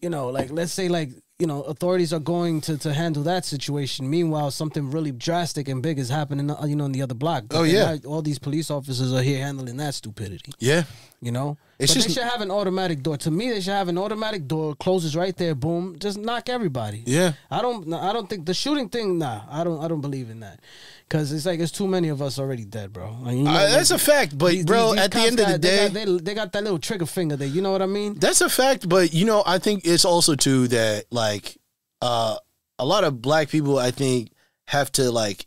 A: you know, like let's say like you know authorities are going to to handle that situation. Meanwhile, something really drastic and big is happening. uh, You know, in the other block. But
B: Oh,
A: then
B: yeah.
A: now all these police officers are here handling that stupidity.
B: Yeah.
A: You know,
B: It's
A: but
B: just-
A: they should have an automatic door. To me, they should have an automatic door. Closes right there. Boom. Just knock everybody.
B: Yeah.
A: I don't. no, I don't think the shooting thing. Nah, I don't. I don't believe in that. Cause it's like it's too many of us already dead, bro. Like, you know,
B: Uh, that's a fact, but
A: these-
B: bro,
A: these- these
B: at the
A: cops
B: end of the
A: got-
B: day,
A: they got, they, they got that little trigger finger there. You know what I mean?
B: That's a fact, but you know, I think it's also too that like uh a lot of black people I think have to like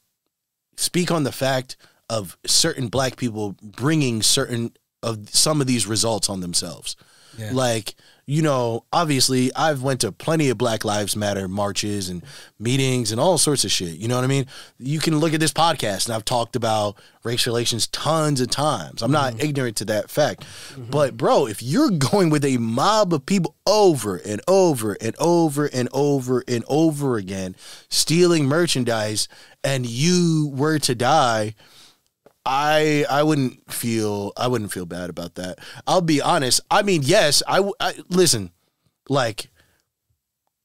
B: speak on the fact of certain black people bringing certain of some of these results on themselves.
A: Yeah.
B: Like, you know, obviously I've went to plenty of Black Lives Matter marches and meetings and all sorts of shit. You know what I mean? You can look at this podcast and I've talked about race relations tons of times. I'm not ignorant to that fact. But bro, if you're going with a mob of people over and over and over and over and over again, stealing merchandise and you were to die, I I wouldn't feel I wouldn't feel bad about that. I'll be honest. I mean, yes, I, w- I- listen. Like,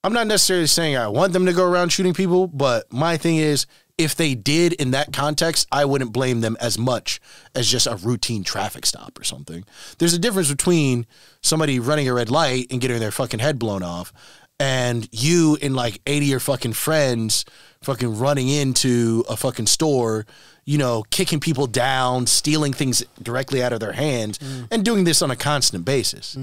B: I'm not necessarily saying I want them to go around shooting people, but my thing is, if they did in that context, I wouldn't blame them as much as just a routine traffic stop or something. There's a difference between somebody running a red light and getting their fucking head blown off, and you and like 80 of your fucking friends fucking running into a fucking store, you know, kicking people down, stealing things directly out of their hands, and doing this on a constant basis.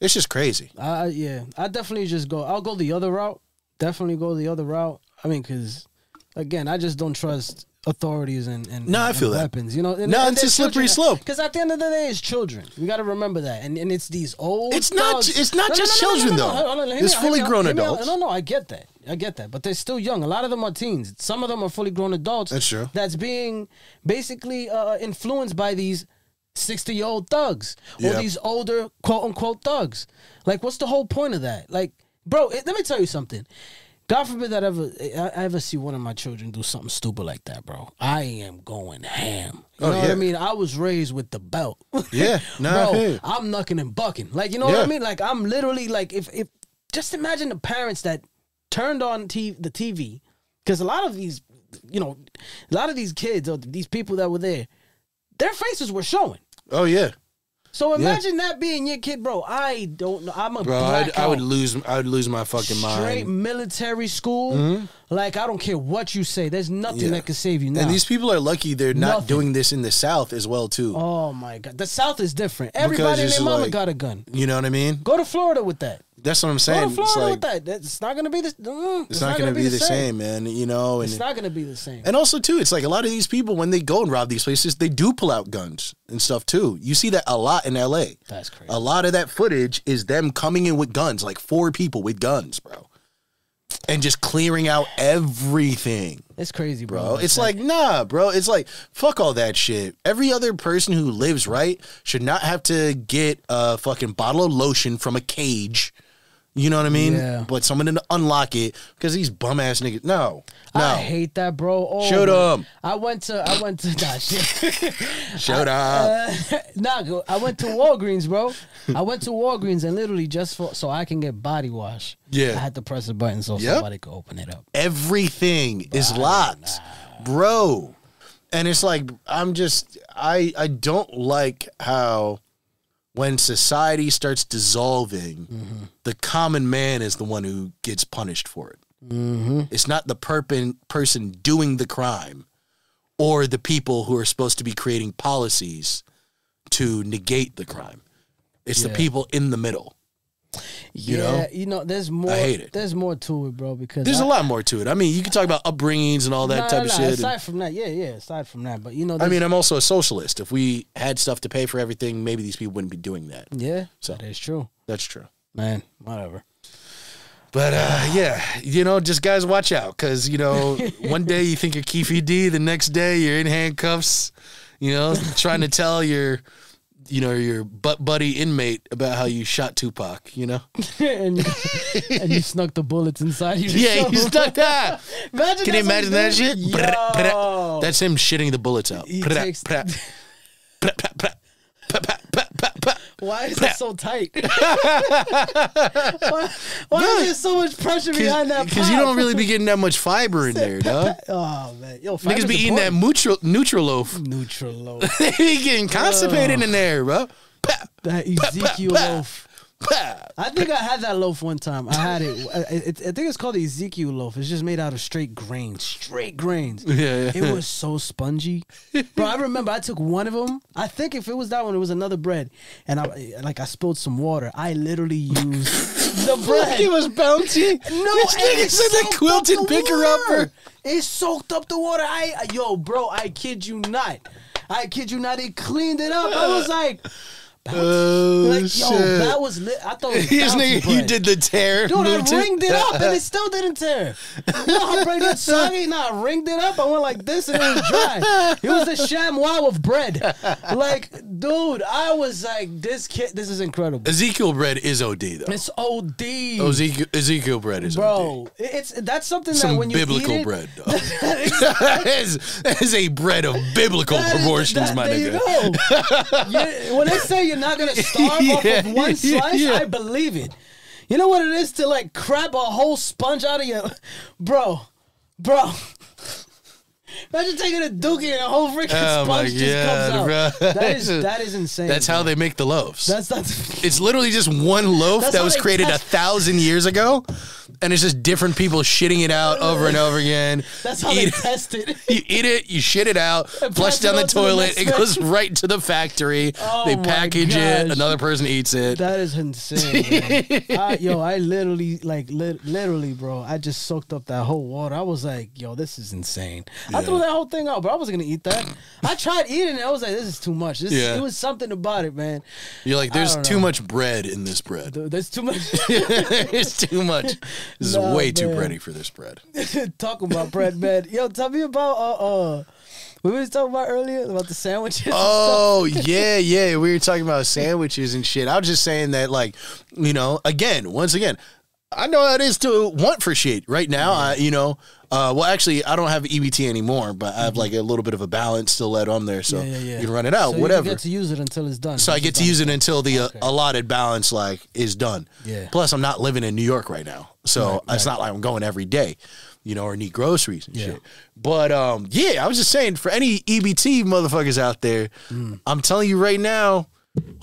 B: It's just crazy.
A: I, I- yeah, I definitely just go. I'll go the other route. Definitely go the other route. I mean, because again, I just don't trust authorities and and,
B: No, I
A: and
B: feel that.
A: weapons. You know,
B: No, it's a slippery slope.
A: Because at the end of the day, it's children. We got to remember that. And and it's these old.
B: It's not
A: thugs-
B: ju- it's not just children, though.
A: Hold on, hear me
B: It's
A: out, hear
B: fully
A: me out,
B: grown
A: hear me out.
B: adults.
A: No, no, I get that. I get that, but they're still young. A lot of them are teens. Some of them are fully grown adults.
B: That's true.
A: That's being basically uh, influenced by these sixty-year-old thugs
B: Yeah.
A: or these older quote-unquote thugs. Like, what's the whole point of that? Like, bro, it, let me tell you something. God forbid that ever I I ever see one of my children do something stupid like that, bro. I am going ham. You
B: Oh,
A: know what
B: yeah.
A: I mean? I was raised with the belt.
B: Yeah, nah, I feel
A: bro,
B: you.
A: I'm knucking and bucking. Like, you know what
B: Yeah.
A: I mean? Like, I'm literally like, if if just imagine the parents that turned on t- the TV, because a lot of these, you know, a lot of these kids or these people that were there, their faces were showing.
B: Oh yeah.
A: So imagine that being your kid, bro. I don't know. I'm a
B: Bro, I'd,
A: blackout.
B: I would lose. I would lose my fucking
A: Straight
B: mind. Mm-hmm.
A: military school, like I don't care what you say. There's nothing
B: Yeah.
A: that can save you now.
B: And these people are lucky they're not
A: Nothing.
B: doing this in the South as well too.
A: oh my god, the South is different. Everybody and
B: it's
A: their mama
B: like-
A: got a gun.
B: You know what I mean?
A: Go to Florida with that.
B: That's what I'm
A: Go
B: saying.
A: to
B: it's
A: Florida
B: like
A: with that. That's- It's not gonna be the. mm,
B: it's, not, going to be the same, man. You know, and
A: It's not gonna be the same.
B: and also too, it's like a lot of these people when they go and rob these places, they do pull out guns and stuff too. You see that a lot in L.A.
A: That's crazy.
B: A lot of that footage is them coming in with guns, like four people with guns, bro, and just clearing out everything.
A: It's crazy, bro.
B: bro. It's like, nah, bro. It's like, fuck all that shit. Every other person who lives right should not have to get a fucking bottle of lotion from a cage. You know what I mean?
A: Yeah.
B: But someone didn't unlock it because these bum ass niggas. No, no.
A: I hate that, bro. Oh,
B: Shoot
A: man.
B: 'em.
A: I went to I went to nah, shit.
B: Shut up.
A: Uh, nah, go- I went to Walgreens, bro. I went to Walgreens and literally just for, so I can get body wash.
B: Yeah.
A: I had to press a button so
B: Yep.
A: somebody could open it up.
B: Everything is locked, bro. And it's like I'm just I I don't like how when society starts dissolving,
A: Mm-hmm.
B: the common man is the one who gets punished for it.
A: Mm-hmm.
B: It's not the perpin, person doing the crime or the people who are supposed to be creating policies to negate the crime. It's the
A: Yeah.
B: people in the middle. You
A: yeah,
B: know?
A: you know, there's more.
B: hate it.
A: There's more to it, bro. Because
B: There's
A: I-
B: a lot more to it. I mean, you can talk about upbringings and all that
A: Nah,
B: type
A: nah,
B: of
A: nah,
B: shit. and-
A: Aside from that, yeah, yeah. Aside from that, but you know,
B: I
A: there's-
B: mean, I'm also a socialist. If we had stuff to pay for everything, maybe these people wouldn't be doing that.
A: yeah,
B: So.
A: that is true,
B: That's true.
A: man. Whatever.
B: But uh, yeah, you know, just guys, watch out because you know, one day you think you're Keefy D, the next day you're in handcuffs. You know, trying to tell your, you know, your butt buddy inmate about how you shot Tupac. You know,
A: and, and you snuck the bullets inside you.
B: yeah, you stuck that.
A: Imagine
B: Can you
A: that's what
B: imagine that
A: did?
B: shit?
A: Yo.
B: That's him shitting the bullets out.
A: He takes- Why is that so tight? why why
B: Really?
A: is there so much pressure behind that?
B: Because you
A: pop?
B: don't really be getting that much fiber in there, dog.
A: Oh man, yo, fiber's
B: Niggas be eating that
A: important.
B: neutral neutral loaf.
A: neutral loaf,
B: they be getting constipated in there, bro. Pa,
A: that Ezekiel
B: pa.
A: loaf.
B: pa.
A: I think I had that loaf one time. I had it. I, it, I think it's called the Ezekiel loaf. It's just made out of straight grains, straight grains.
B: Yeah, yeah.
A: It was so spongy, bro. I remember I took one of them. I think if it was that one, it was another bread, and I like I spilled some water. I literally used the bread.
B: It was bouncy.
A: No,
B: this
A: and
B: nigga
A: it
B: said that
A: soaked up
B: quilted
A: the
B: picker
A: water.
B: upper.
A: It soaked up the water. I yo, bro, I kid you not. I kid you not. It cleaned it up. I was like,
B: Oh
A: like
B: shit!
A: yo, that was lit. I thought it was
B: Here's
A: bouncy
B: nigga, you
A: bread.
B: did the tear.
A: Dude, I
B: moved it.
A: ringed it up and it still didn't tear. No, I brought that soggy. No, I ringed it up. I went like this and it was dry. It was a chamois of bread. Like, dude, I was like, this kid, this is incredible.
B: Ezekiel bread is OD though.
A: It's OD,
B: Ezekiel, Ezekiel bread is OD.
A: bro. It- It's that's something
B: Some
A: that when you
B: biblical
A: eat it,
B: bread. Dog. that, is, that is a bread of biblical
A: That is-
B: proportions,
A: that-
B: Oh, my
A: there
B: nigga.
A: you go. You- when they say you're not gonna starve off of
B: Yeah,
A: one slice,
B: yeah.
A: I believe it. You know what it is to like crap a whole sponge out of your, bro, bro. Imagine taking a dookie and a whole freaking
B: Oh, my
A: sponge just comes
B: God,
A: out.
B: bro.
A: That is that is insane.
B: That's how they make the loaves.
A: That's that's.
B: It's literally just one loaf
A: That's
B: that
A: how
B: was
A: they
B: created a
A: test-
B: thousand years ago, and it's just different people shitting it out over and over again.
A: That's how
B: you
A: they
B: eat,
A: test it.
B: you eat it, you shit it out,
A: And
B: flush
A: pass it
B: down the
A: on to the
B: toilet,
A: next
B: it
A: man.
B: goes right to the factory.
A: Oh
B: they
A: my
B: package it,
A: gosh.
B: another person eats it.
A: That is insane. man. I, yo, I literally, like, lit literally, bro. I just soaked up that whole water. I was like, yo, this is insane. I threw that whole thing out, bro. I wasn't gonna eat that. I tried eating it. I was like, this is too much. This,
B: Yeah.
A: it was something about it, man.
B: You're like, there's
A: don't
B: too
A: know.
B: much bread in this bread.
A: Dude, There's too much
B: There's too much. This is
A: Nah,
B: way too
A: man.
B: bready for this bread.
A: talking about bread, man. Yo, tell me about uh uh. We was talking about earlier about the sandwiches.
B: Oh yeah, yeah. We were talking about sandwiches and shit. I was just saying that, like, you know, again, once again, I know how it is to want for shit right now. I, you know, uh, well, actually, I don't have EBT anymore, but I have like a little bit of a balance still left on there, so
A: yeah, yeah, yeah.
B: you can run it out,
A: So You
B: whatever.
A: get to use it until it's done.
B: so I get to use it until the uh, allotted balance like is done.
A: Yeah.
B: Plus, I'm not living in New York right now, so it's not like I'm going every day, you know, or need groceries and
A: Yeah.
B: shit. But um, yeah, I was just saying for any EBT motherfuckers out there,
A: Hmm.
B: I'm telling you right now,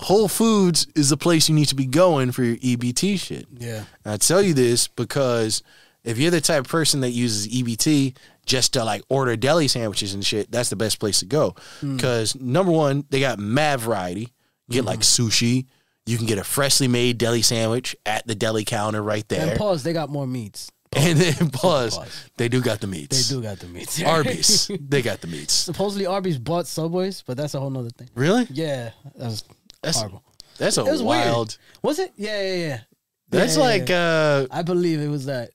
B: Whole Foods is the place you need to be going for your EBT shit.
A: Yeah.
B: And I tell you this because if you're the type of person that uses EBT just to like order deli sandwiches and shit, that's the best place to go.
A: Hmm.
B: Because number one, they got mad variety. You get like
A: Hmm.
B: sushi. You can get a freshly made deli sandwich at the deli counter right
A: And
B: there.
A: pause. They got more meats.
B: And then pause.
A: Pause.
B: They do got the
A: They
B: meats.
A: do got the meats.
B: Arby's. they got the meats.
A: Supposedly Arby's bought Subways, but that's a whole nother thing.
B: Really?
A: Yeah, that was
B: That's
A: horrible.
B: that's a
A: It was
B: wild.
A: weird. Was it? Yeah, yeah, yeah.
B: That's
A: Yeah, yeah,
B: like
A: yeah.
B: uh
A: I believe it was that.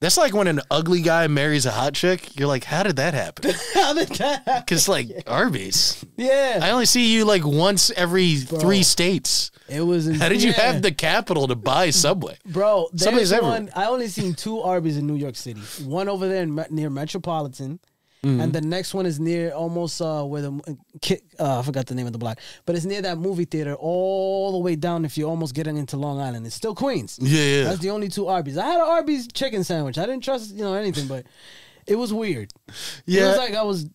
B: That's like when an ugly guy marries a hot chick. You're like, how did that happen?
A: How did that happen?
B: Because like Arby's,
A: Yeah.
B: I only see you like once every three states.
A: it was.
B: How did you
A: yeah.
B: have the capital to buy Subway?
A: Bro,
B: Somebody's
A: there's
B: everywhere.
A: one. I only seen two Arby's in New York City. One over there in, Me- near Metropolitan,
B: Mm-hmm.
A: and the next one is near almost uh, where the uh, ki- uh, I forgot the name of the block, but it's near that movie theater all the way down. If you're almost getting into Long Island, it's still Queens.
B: Yeah, yeah.
A: That's the only two Arby's. I had an Arby's chicken sandwich. I didn't trust you know anything, but it was weird. It
B: Yeah.
A: was like I was.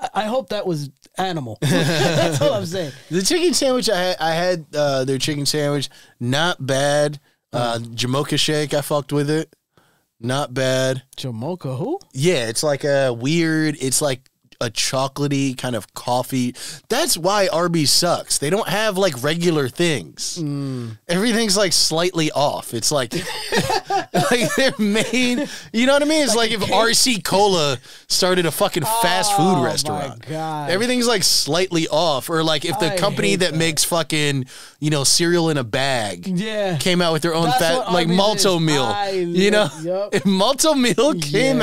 A: I- I hope that was animal. That's all I'm saying.
B: The chicken sandwich I had, I had uh, their chicken sandwich, not bad. Uh,
A: Mm.
B: Jamocha shake, I fucked with it, not bad.
A: Jamocha, who?
B: Yeah, it's like a weird. It's like a chocolatey kind of coffee. That's why Arby's sucks. They don't have like regular things.
A: Mm.
B: Everything's like slightly off. It's like like their main. You know what I mean? It's like, if RC Cola started a fucking fast
A: Oh,
B: food
A: my
B: restaurant.
A: God.
B: Everything's like slightly off, or like if the
A: I
B: company
A: hate
B: that,
A: that.
B: makes fucking you know cereal in a bag
A: Yeah.
B: came out with their own
A: That's
B: fat
A: what
B: like
A: Arby's
B: malto
A: is.
B: meal.
A: I
B: you know,
A: love- yup.
B: if malto meal came
A: Yeah. Mm-hmm.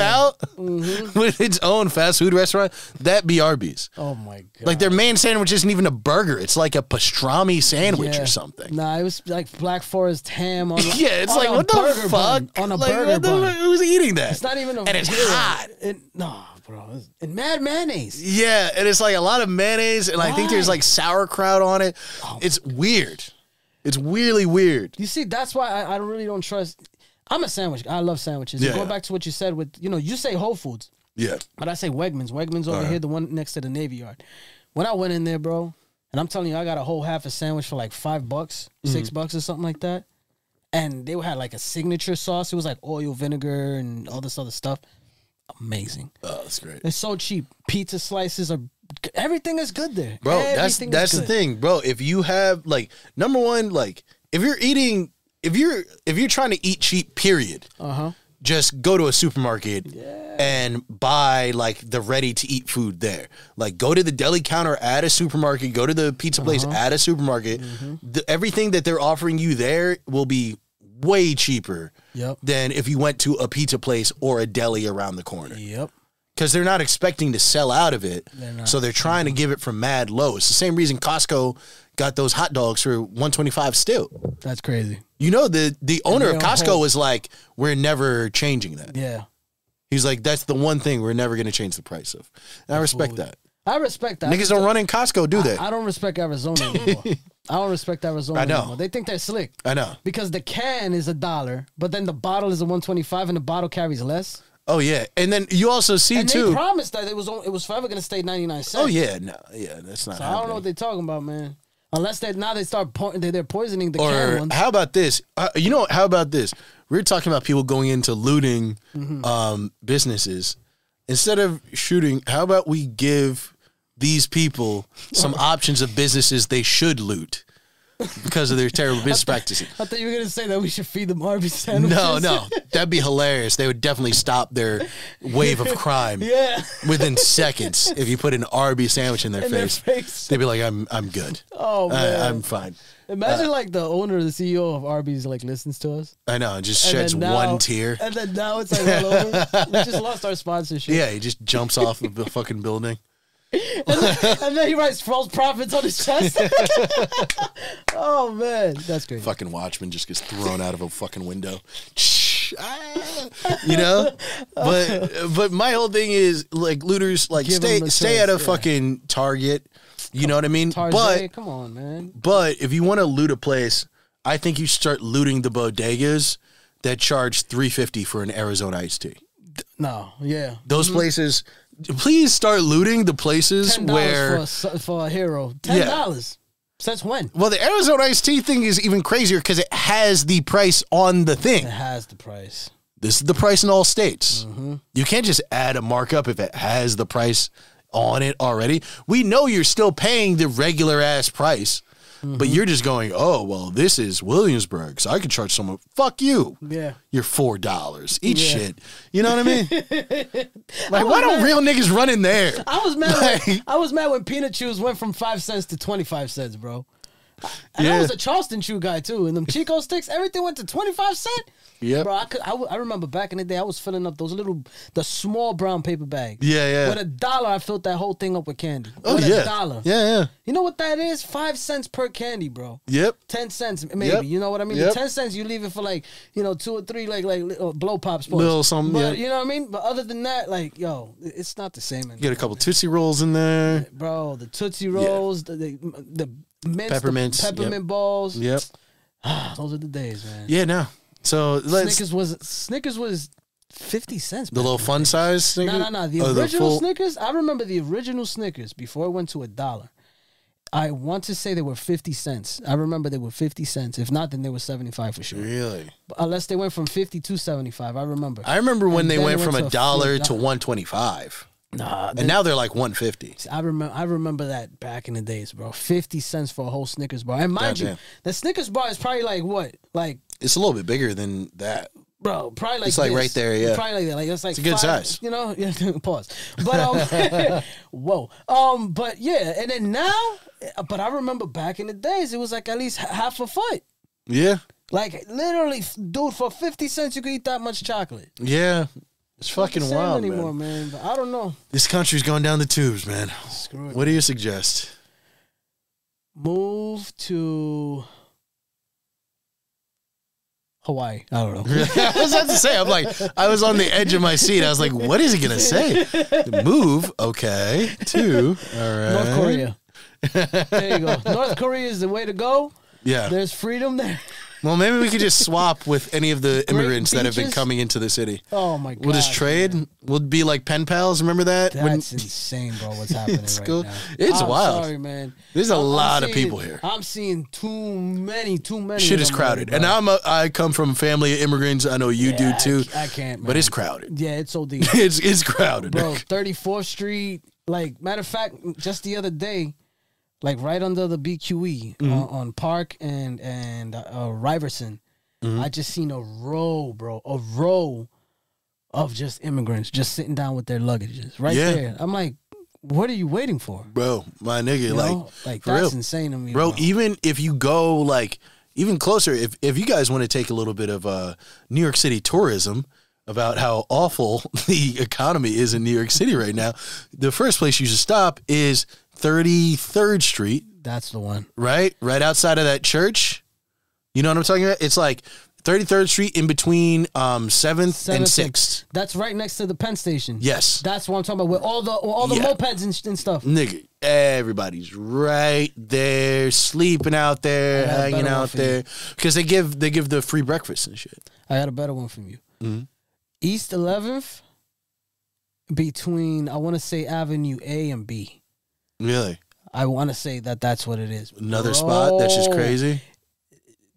B: out with its own fast food restaurant, that be Arby's.
A: Oh my god.
B: Like their main sandwich isn't even a burger; it's like a pastrami sandwich
A: Yeah.
B: or something.
A: Nah, it was like Black Forest ham on.
B: Yeah, it's
A: on
B: like
A: a
B: what the
A: burger
B: fuck?
A: bun, on a
B: Like,
A: burger
B: what the
A: bun.
B: fuck? Who's eating that?
A: It's not even a
B: and it's
A: burger.
B: hot.
A: It, nah, bro, it's- and mad mayonnaise.
B: Yeah, and it's like a lot of mayonnaise, and I think there's
A: Why? Oh
B: like sauerkraut on it. It's weird. It's really weird.
A: You see, that's why I, I really don't trust. I'm a sandwich. guy. I love sandwiches.
B: Yeah,
A: Going
B: yeah.
A: back to what you said with you know, you say Whole Foods,
B: Yeah.
A: but I say Wegmans. Wegmans over here, the one next to the Navy Yard. When I went in there, bro, and I'm telling you, I got a whole half a sandwich for like five bucks,
B: Mm-hmm.
A: 6 bucks, or something like that. And they had like a signature sauce. It was like oil, vinegar, and all this other stuff. Amazing.
B: Oh, that's great.
A: It's so cheap. Pizza slices are everything is good there.
B: bro that's
A: Everything is
B: that's the
A: good.
B: thing bro if you have like number one like if you're eating if you're if you're trying to eat cheap period
A: Uh-huh.
B: just go to a supermarket and buy like the ready to eat food there like go to the deli counter at a supermarket go to the pizza place
A: Uh-huh.
B: at a supermarket
A: Mm-hmm.
B: the, everything that they're offering you there will be way cheaper
A: Yep.
B: than if you went to a pizza place or a deli around the corner
A: Yep.
B: because they're not expecting to sell out of it. so they're trying to give it from mad low. It's the same reason Costco got those hot dogs for 125 still.
A: That's crazy.
B: You know, the, the owner
A: they
B: of
A: don't
B: Costco
A: hold-
B: was like, we're never changing that.
A: Yeah.
B: He's like, that's the one thing we're never going to change the price of. And I respect that.
A: I respect that.
B: Niggas don't run in Costco, do they? I,
A: I don't respect Arizona anymore. I don't respect Arizona
B: I know.
A: anymore. They think they're slick.
B: know.
A: Because the can is a dollar, but then the bottle is a one twenty five and the bottle carries less.
B: Oh, yeah. And then you also see,
A: and
B: too.
A: they promised that it was on- it was forever gonna stay ninety nine cents.
B: oh, yeah. No, yeah, that's not
A: So I
B: happening.
A: don't know what they're talking about, man. Unless they now they start po- they- they're poisoning the can
B: or
A: ones.
B: how about this? Uh, you know, how about this? We are talking about people going into looting
A: Mm-hmm.
B: um, businesses. Instead of shooting, how about we give these people some options of businesses they should loot because of their terrible business practices?
A: I thought you were gonna say that we should feed them Arby's sandwiches.
B: No, no, that'd be hilarious. They would definitely stop their wave of crime
A: Yeah.
B: within seconds if you put an Arby's sandwich in their
A: In their
B: face.
A: face.
B: They'd be like, "I'm, I'm good.
A: Oh man.
B: I, I'm uh, fine."
A: Imagine like the owner, the CEO of Arby's, like listens to us.
B: I know. It just
A: and
B: sheds
A: then now-
B: one tear.
A: and then now it's like all over. we just lost our sponsorship.
B: Yeah, he just jumps off of the fucking building.
A: and then he writes false prophets on his chest. oh man, that's great.
B: Fucking watchman just gets thrown out of a fucking window. Ah, you know, but but my whole thing is like looters, like
A: Give
B: stay
A: them a
B: stay at a
A: choice, yeah.
B: fucking Target. You know what I mean?
A: Tarzan, come on, man.
B: But but if you want to loot a place, I think you start looting the bodegas that charge three fifty for an Arizona iced tea.
A: No, yeah.
B: Those places, please start looting the places
A: Mm. Ten
B: where
A: dollars for, a- for a hero. Ten dollars. Since when?
B: Well, the Arizona iced tea thing is even crazier because it has the price on the thing.
A: It has the price.
B: This is the price in all states.
A: Mm-hmm.
B: You can't just add a markup if it has the price on it already. We know you're still paying the regular ass price, but
A: Mm-hmm.
B: you're just going, oh, well, this is Williamsburg, so I could charge someone. Fuck you.
A: Yeah.
B: You're four dollars. Eat
A: Yeah.
B: shit. You know what I mean? like, why
A: was
B: don't
A: mad-
B: real niggas run in there?
A: I was mad. When,
B: Like-
A: I was mad when peanut chews went from five cents to twenty five cents, bro. And I
B: Yeah.
A: was a Charleston Chew guy too, and them Chico sticks, everything went to twenty five cent.
B: Yep.
A: bro. I, could, I, w- I remember back in the day, I was filling up those little, the small brown paper bag.
B: Yeah, yeah.
A: With a dollar, I filled that whole thing up with candy.
B: Oh
A: with
B: yeah.
A: a dollar.
B: Yeah, yeah.
A: You know what that is? Five cents per candy, bro.
B: Yep.
A: Ten cents, maybe.
B: Yep.
A: You know what I mean?
B: Yep.
A: Ten cents, you leave it for like you know two or three, like like little blow pops,
B: Little something,
A: But
B: yeah.
A: you know what I mean? But other than that, like yo, it- it's not the same.
B: Get
A: Anymore.
B: a couple Tootsie Rolls in there.
A: Bro, the tootsie rolls, the the, the mints,
B: Peppermints,
A: the
B: yep.
A: peppermint balls.
B: Yep.
A: Those are the days, man.
B: Yeah, no. So let's
A: Snickers was Snickers was fifty cents.
B: the little fun size Snickers.
A: No, no, no. The
B: Oh,
A: original
B: full-
A: Snickers. I remember the original Snickers before it went to a dollar. I want to say they were fifty cents. I remember they were fifty cents. If not, then they were seventy five for sure.
B: Really?
A: But Unless they went from fifty to seventy five. I remember.
B: I remember when
A: And
B: they
A: then
B: went
A: it
B: from
A: went to
B: a
A: a
B: dollar to
A: full
B: one twenty five.
A: nah,
B: And now they're like one fifty.
A: I remember. I remember that back in the days, bro. Fifty cents for a whole Snickers bar. And mind you,
B: Goddamn.
A: the Snickers bar is probably like what, like.
B: It's a little bit bigger than that.
A: Bro, probably like
B: It's like
A: this.
B: right there, yeah.
A: Probably like that, like it's like
B: a good
A: five-
B: size.
A: you know. Yeah, pause, but um, whoa, um, but yeah, and then now, uh, but I remember back in the days, it was like at least h- half a foot,
B: Yeah.
A: like literally, f- dude, for fifty cents you could eat that much chocolate.
B: Yeah. It's fucking
A: Same
B: wild, man.
A: anymore, man. But I don't know.
B: This country's going down the tubes, man.
A: Screw it.
B: What do you suggest?
A: Move to Hawaii. I don't know.
B: I was about to say, I'm like, I was on the edge of my seat. I was like, what is he gonna say? Move, okay, to all right,
A: North Korea. there you go. North Korea is the way to go.
B: Yeah.
A: There's freedom there.
B: Well, maybe we could just swap with any of the
A: Great
B: immigrants that have been
A: beaches.
B: coming into the city.
A: Oh my god.
B: We'll just trade. We'll be like pen pals. Remember that? When-
A: That's insane, bro. What's happening
B: It's
A: right
B: cool.
A: now?
B: It's
A: I'm
B: wild.
A: Sorry, man.
B: There's a
A: I'm- I'm
B: lot of
A: seeing-
B: people here.
A: I'm seeing too many, too many.
B: Shit
A: of
B: is
A: them
B: crowded,
A: already,
B: and
A: bro.
B: I'm a, I come from a family of immigrants. I know you
A: Yeah,
B: do too.
A: I, I can't, man.
B: but it's crowded.
A: yeah, it's OD,
B: It's it's crowded.
A: bro. 34th Street. Like matter of fact, just the other day, like right under the BQE
B: Mm-hmm.
A: on, uh, on Park and and uh, Riverson,
B: Mm-hmm.
A: I just seen a row, bro, a row of just immigrants just sitting down with their luggages right
B: Yeah.
A: there. I'm like, what are you waiting for?
B: Bro, my nigga,
A: You
B: like,
A: know? like
B: for
A: that's
B: real.
A: insane to me,
B: bro, e- even if you go like even closer, if if you guys want to take a little bit of uh New York City tourism about how awful the economy is in New York City right now, the first place you should stop is 33rd Street,
A: that's the one.
B: right? Right outside of that church. You know what I'm talking about? It's like 33rd Street in between um 7th and 6th.
A: That's right next to the Penn Station.
B: Yes.
A: that's what I'm talking about. With all the all the
B: Yeah.
A: mopeds and, sh- and stuff.
B: Nigga, everybody's right there, sleeping out there,
A: Yeah,
B: hanging
A: better one
B: out
A: for you.
B: there, because they give they give the free breakfast and shit.
A: I got a better one from you.
B: Mm-hmm.
A: East 11th, between I want to say Avenue A and B.
B: Really,
A: I want to say that that's what it is.
B: another spot that's just
A: Bro,
B: crazy.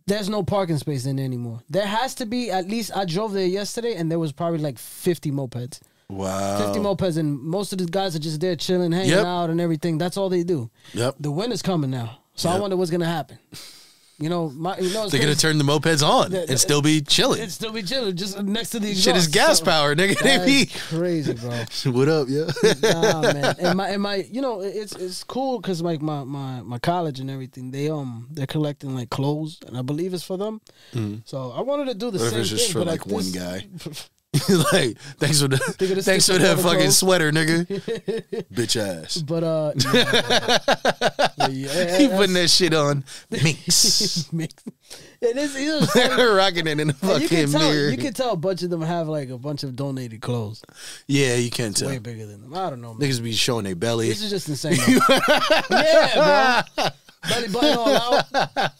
A: There's no parking space in there anymore. There has to be at least. I drove there yesterday, and there was probably like 50 mopeds.
B: Wow.
A: 50 mopeds, and most of the guys are just there chilling, hanging
B: Oh. Yep.
A: out, and everything. That's all they do.
B: Yep.
A: the winter's coming now, so I
B: Yep.
A: wonder what's gonna happen. You know, my you know it's
B: They're gonna
A: gonna
B: turn the mopeds on
A: the-
B: and still be chilling.
A: it'd still be chilling just next to the exhaust,
B: Shit is gas
A: so-
B: power, nigga.
A: That's
B: They
A: crazy, bro.
B: be- what up, yeah?
A: Nah, man. And my and my, you know, it- it's it's cool because like my, my my college and everything, they um they're collecting like clothes, and I believe it's for them.
B: Mm.
A: So I wanted to do the
B: What if
A: same
B: it's just
A: thing,
B: for
A: but
B: like
A: at
B: one
A: this-
B: guy? like, thanks for the,
A: gonna
B: thanks
A: stick
B: for
A: with
B: that
A: other
B: fucking
A: clothes.
B: sweater, nigga. Bitch ass.
A: But uh, yeah, yeah,
B: He putting that shit on. Minx.
A: that's- it is. It is
B: Rocking it in the
A: and
B: fucking
A: you can tell.
B: mirror.
A: You can tell a bunch of them have like a bunch of donated clothes.
B: Yeah, you can tell.
A: way bigger than them. I don't know, man.
B: Niggas be showing their belly.
A: This is just insane. though. yeah, bro. Belly button all out.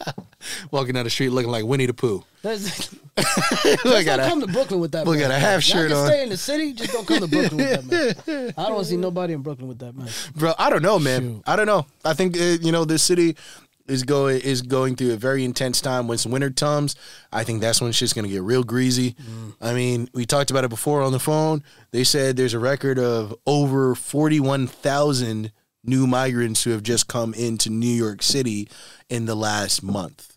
B: Walking down the street looking like Winnie the Pooh.
A: That's,
B: Look
A: just don't
B: at
A: come
B: that.
A: to Brooklyn with that.
B: Look
A: man.
B: at a half
A: Y'all
B: shirt
A: can
B: on.
A: Stay in the city. Just don't come to Brooklyn with that man. I don't want to see nobody in Brooklyn with that man.
B: Bro, I don't know, man.
A: Shoot.
B: I don't know. I think, uh, you know, this city is going is going through a very intense time when winter comes. I think that's when shit's going to get real greasy.
A: Mm.
B: I mean, we talked about it before on the phone. They said there's a record of over 41,000 new migrants who have just come into New York City in the last month.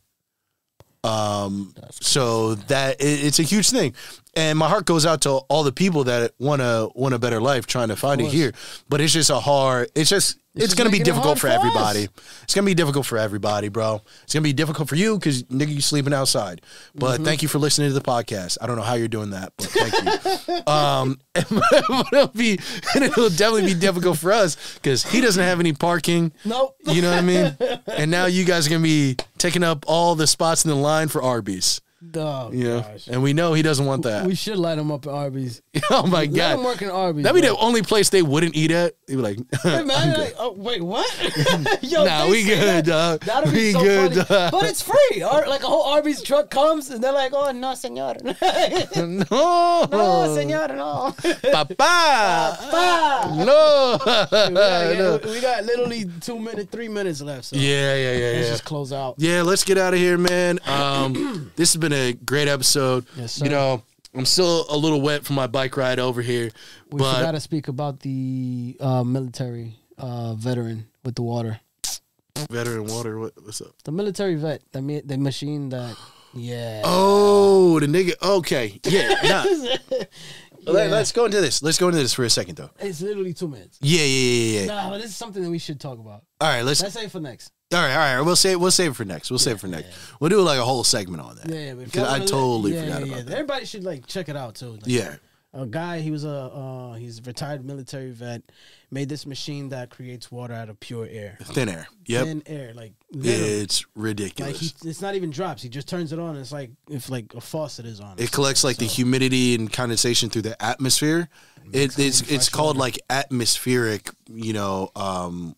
B: Um, so that it, it's a huge thing, and my heart goes out to all the people that want to want a better life, trying to find it here. But it's just a hard. It's just it's,
A: just
B: gonna be
A: making it
B: difficult
A: hard
B: for
A: for us.
B: everybody. It's gonna be difficult for everybody, bro. It's gonna be difficult for you because nigga, you sleeping outside. But
A: Mm-hmm.
B: thank you for listening to the podcast. I don't know how you're doing that, but thank you. um, but it'll be and it'll definitely be difficult for us because he doesn't have any parking.
A: Nope.
B: You know what I mean? And now you guys are gonna be taking up all the spots in the line for Arby's.
A: Dog.
B: You know?
A: gosh.
B: And we know he doesn't want that.
A: We should light him up at Arby's.
B: oh my
A: Let him
B: god.
A: work in Arby's.
B: That'd be
A: bro.
B: the only place they wouldn't eat at. They'd be like,
A: Hey, man, like, oh, wait, what? Yo,
B: nah,
A: they
B: we
A: say
B: good,
A: that-
B: dog.
A: That'll
B: we
A: be so
B: good.
A: funny.
B: dog.
A: But it's free. Ar- like a whole Arby's truck comes and they're like, oh, no, senor. no,
B: no.
A: senor, no.
B: Papa.
A: Ah.
B: No.
A: we, got, we got literally two minutes, three minutes left. So
B: Yeah, yeah, yeah,
A: let's
B: yeah.
A: just close out.
B: yeah, let's get out of here, man. Um, this has been a great episode.
A: Yes, sir.
B: You know, I'm still a little wet from my bike ride over here,
A: We
B: but
A: forgot to speak about the uh, military uh, veteran with the water.
B: veteran water, what, what's up?
A: The military vet, the, ma- the machine that, yeah.
B: Oh, the nigga. Okay, yeah. Nah. Let, us go into this. Let's go into this for a second, though.
A: It's literally two minutes.
B: Yeah, yeah, yeah, yeah. yeah.
A: Nah, but this is something that we should talk about.
B: All right, let's.
A: Let's save for next.
B: all right, all right. We'll save. We'll save it for next. We'll save it for next. We'll do like a whole segment on that.
A: Yeah, yeah. but if
B: Because
A: y'all
B: I
A: wanna-
B: totally
A: yeah,
B: forgot
A: yeah,
B: about
A: yeah.
B: that.
A: Everybody should like check it out too. Like,
B: Yeah.
A: a guy he was a uh, he's a retired military vet made this machine that creates water out of pure air
B: Thin air. Yep.
A: thin air like literally.
B: it's
A: like
B: ridiculous.
A: he, it's not even drops he just turns it on and it's like if like a faucet is on
B: It collects like the humidity and condensation through the atmosphere. It, it's it's called like atmospheric, you know, um,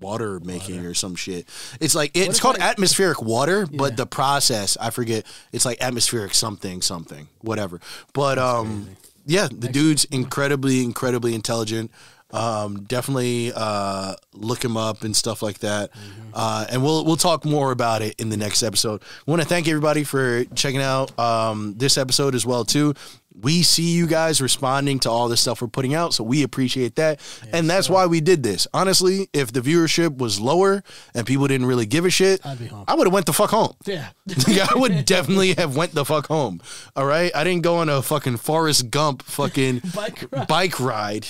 B: water making or some shit. It's like it's
A: if
B: called
A: like-
B: atmospheric water, but
A: Yeah.
B: the process I forget. It's like atmospheric something something whatever. But um, yeah, the dude's incredibly incredibly intelligent. Um, definitely uh, look him up and stuff like that.
A: Mm-hmm.
B: Uh, and we'll we'll talk more about it in the next episode. want to thank everybody for checking out um, this episode as well too. We see you guys responding to all the stuff we're putting out, so we appreciate that. and that's why we did this. Honestly, if the viewership was lower and people didn't really give a shit,
A: I'd be home.
B: I would have went the fuck home.
A: yeah
B: Like, I would definitely have went the fuck home. All right, I didn't go on a fucking Forrest Gump fucking
A: Bike ride. Uh,
B: bike ride,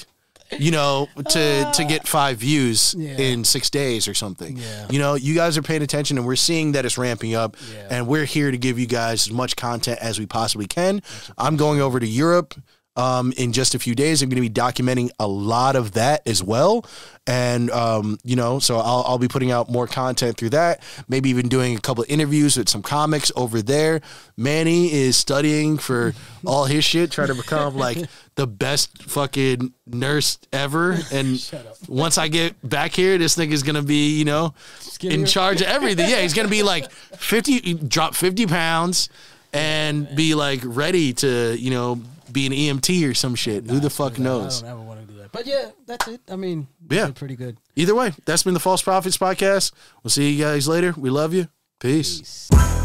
B: you know, to to get five views
A: Yeah.
B: in six days or something.
A: Yeah.
B: You know, you guys are paying attention, and we're seeing that it's ramping up,
A: Yeah.
B: and we're here to give you guys as much content as we possibly can. I'm going over to Europe. Um, in just a few days, I'm going to be documenting a lot of that as well, and um, you know, so I'll, I'll be putting out more content through that. Maybe even doing a couple of interviews with some comics over there. Manny is studying for all his shit, trying to become like the best fucking nurse ever. And once I get back here, this nigga's gonna be, you know, in
A: Skinnier.
B: charge of everything. Yeah, he's gonna be like fifty, drop fifty pounds, and be like ready to, you know, be an EMT or some shit. Who the fuck
A: i
B: knows?
A: don't ever want to do that but yeah that's it i mean we
B: Yeah.
A: did pretty good
B: Either way, that's been the False Prophets podcast. We'll see you guys later. We love you. Peace.
A: Peace.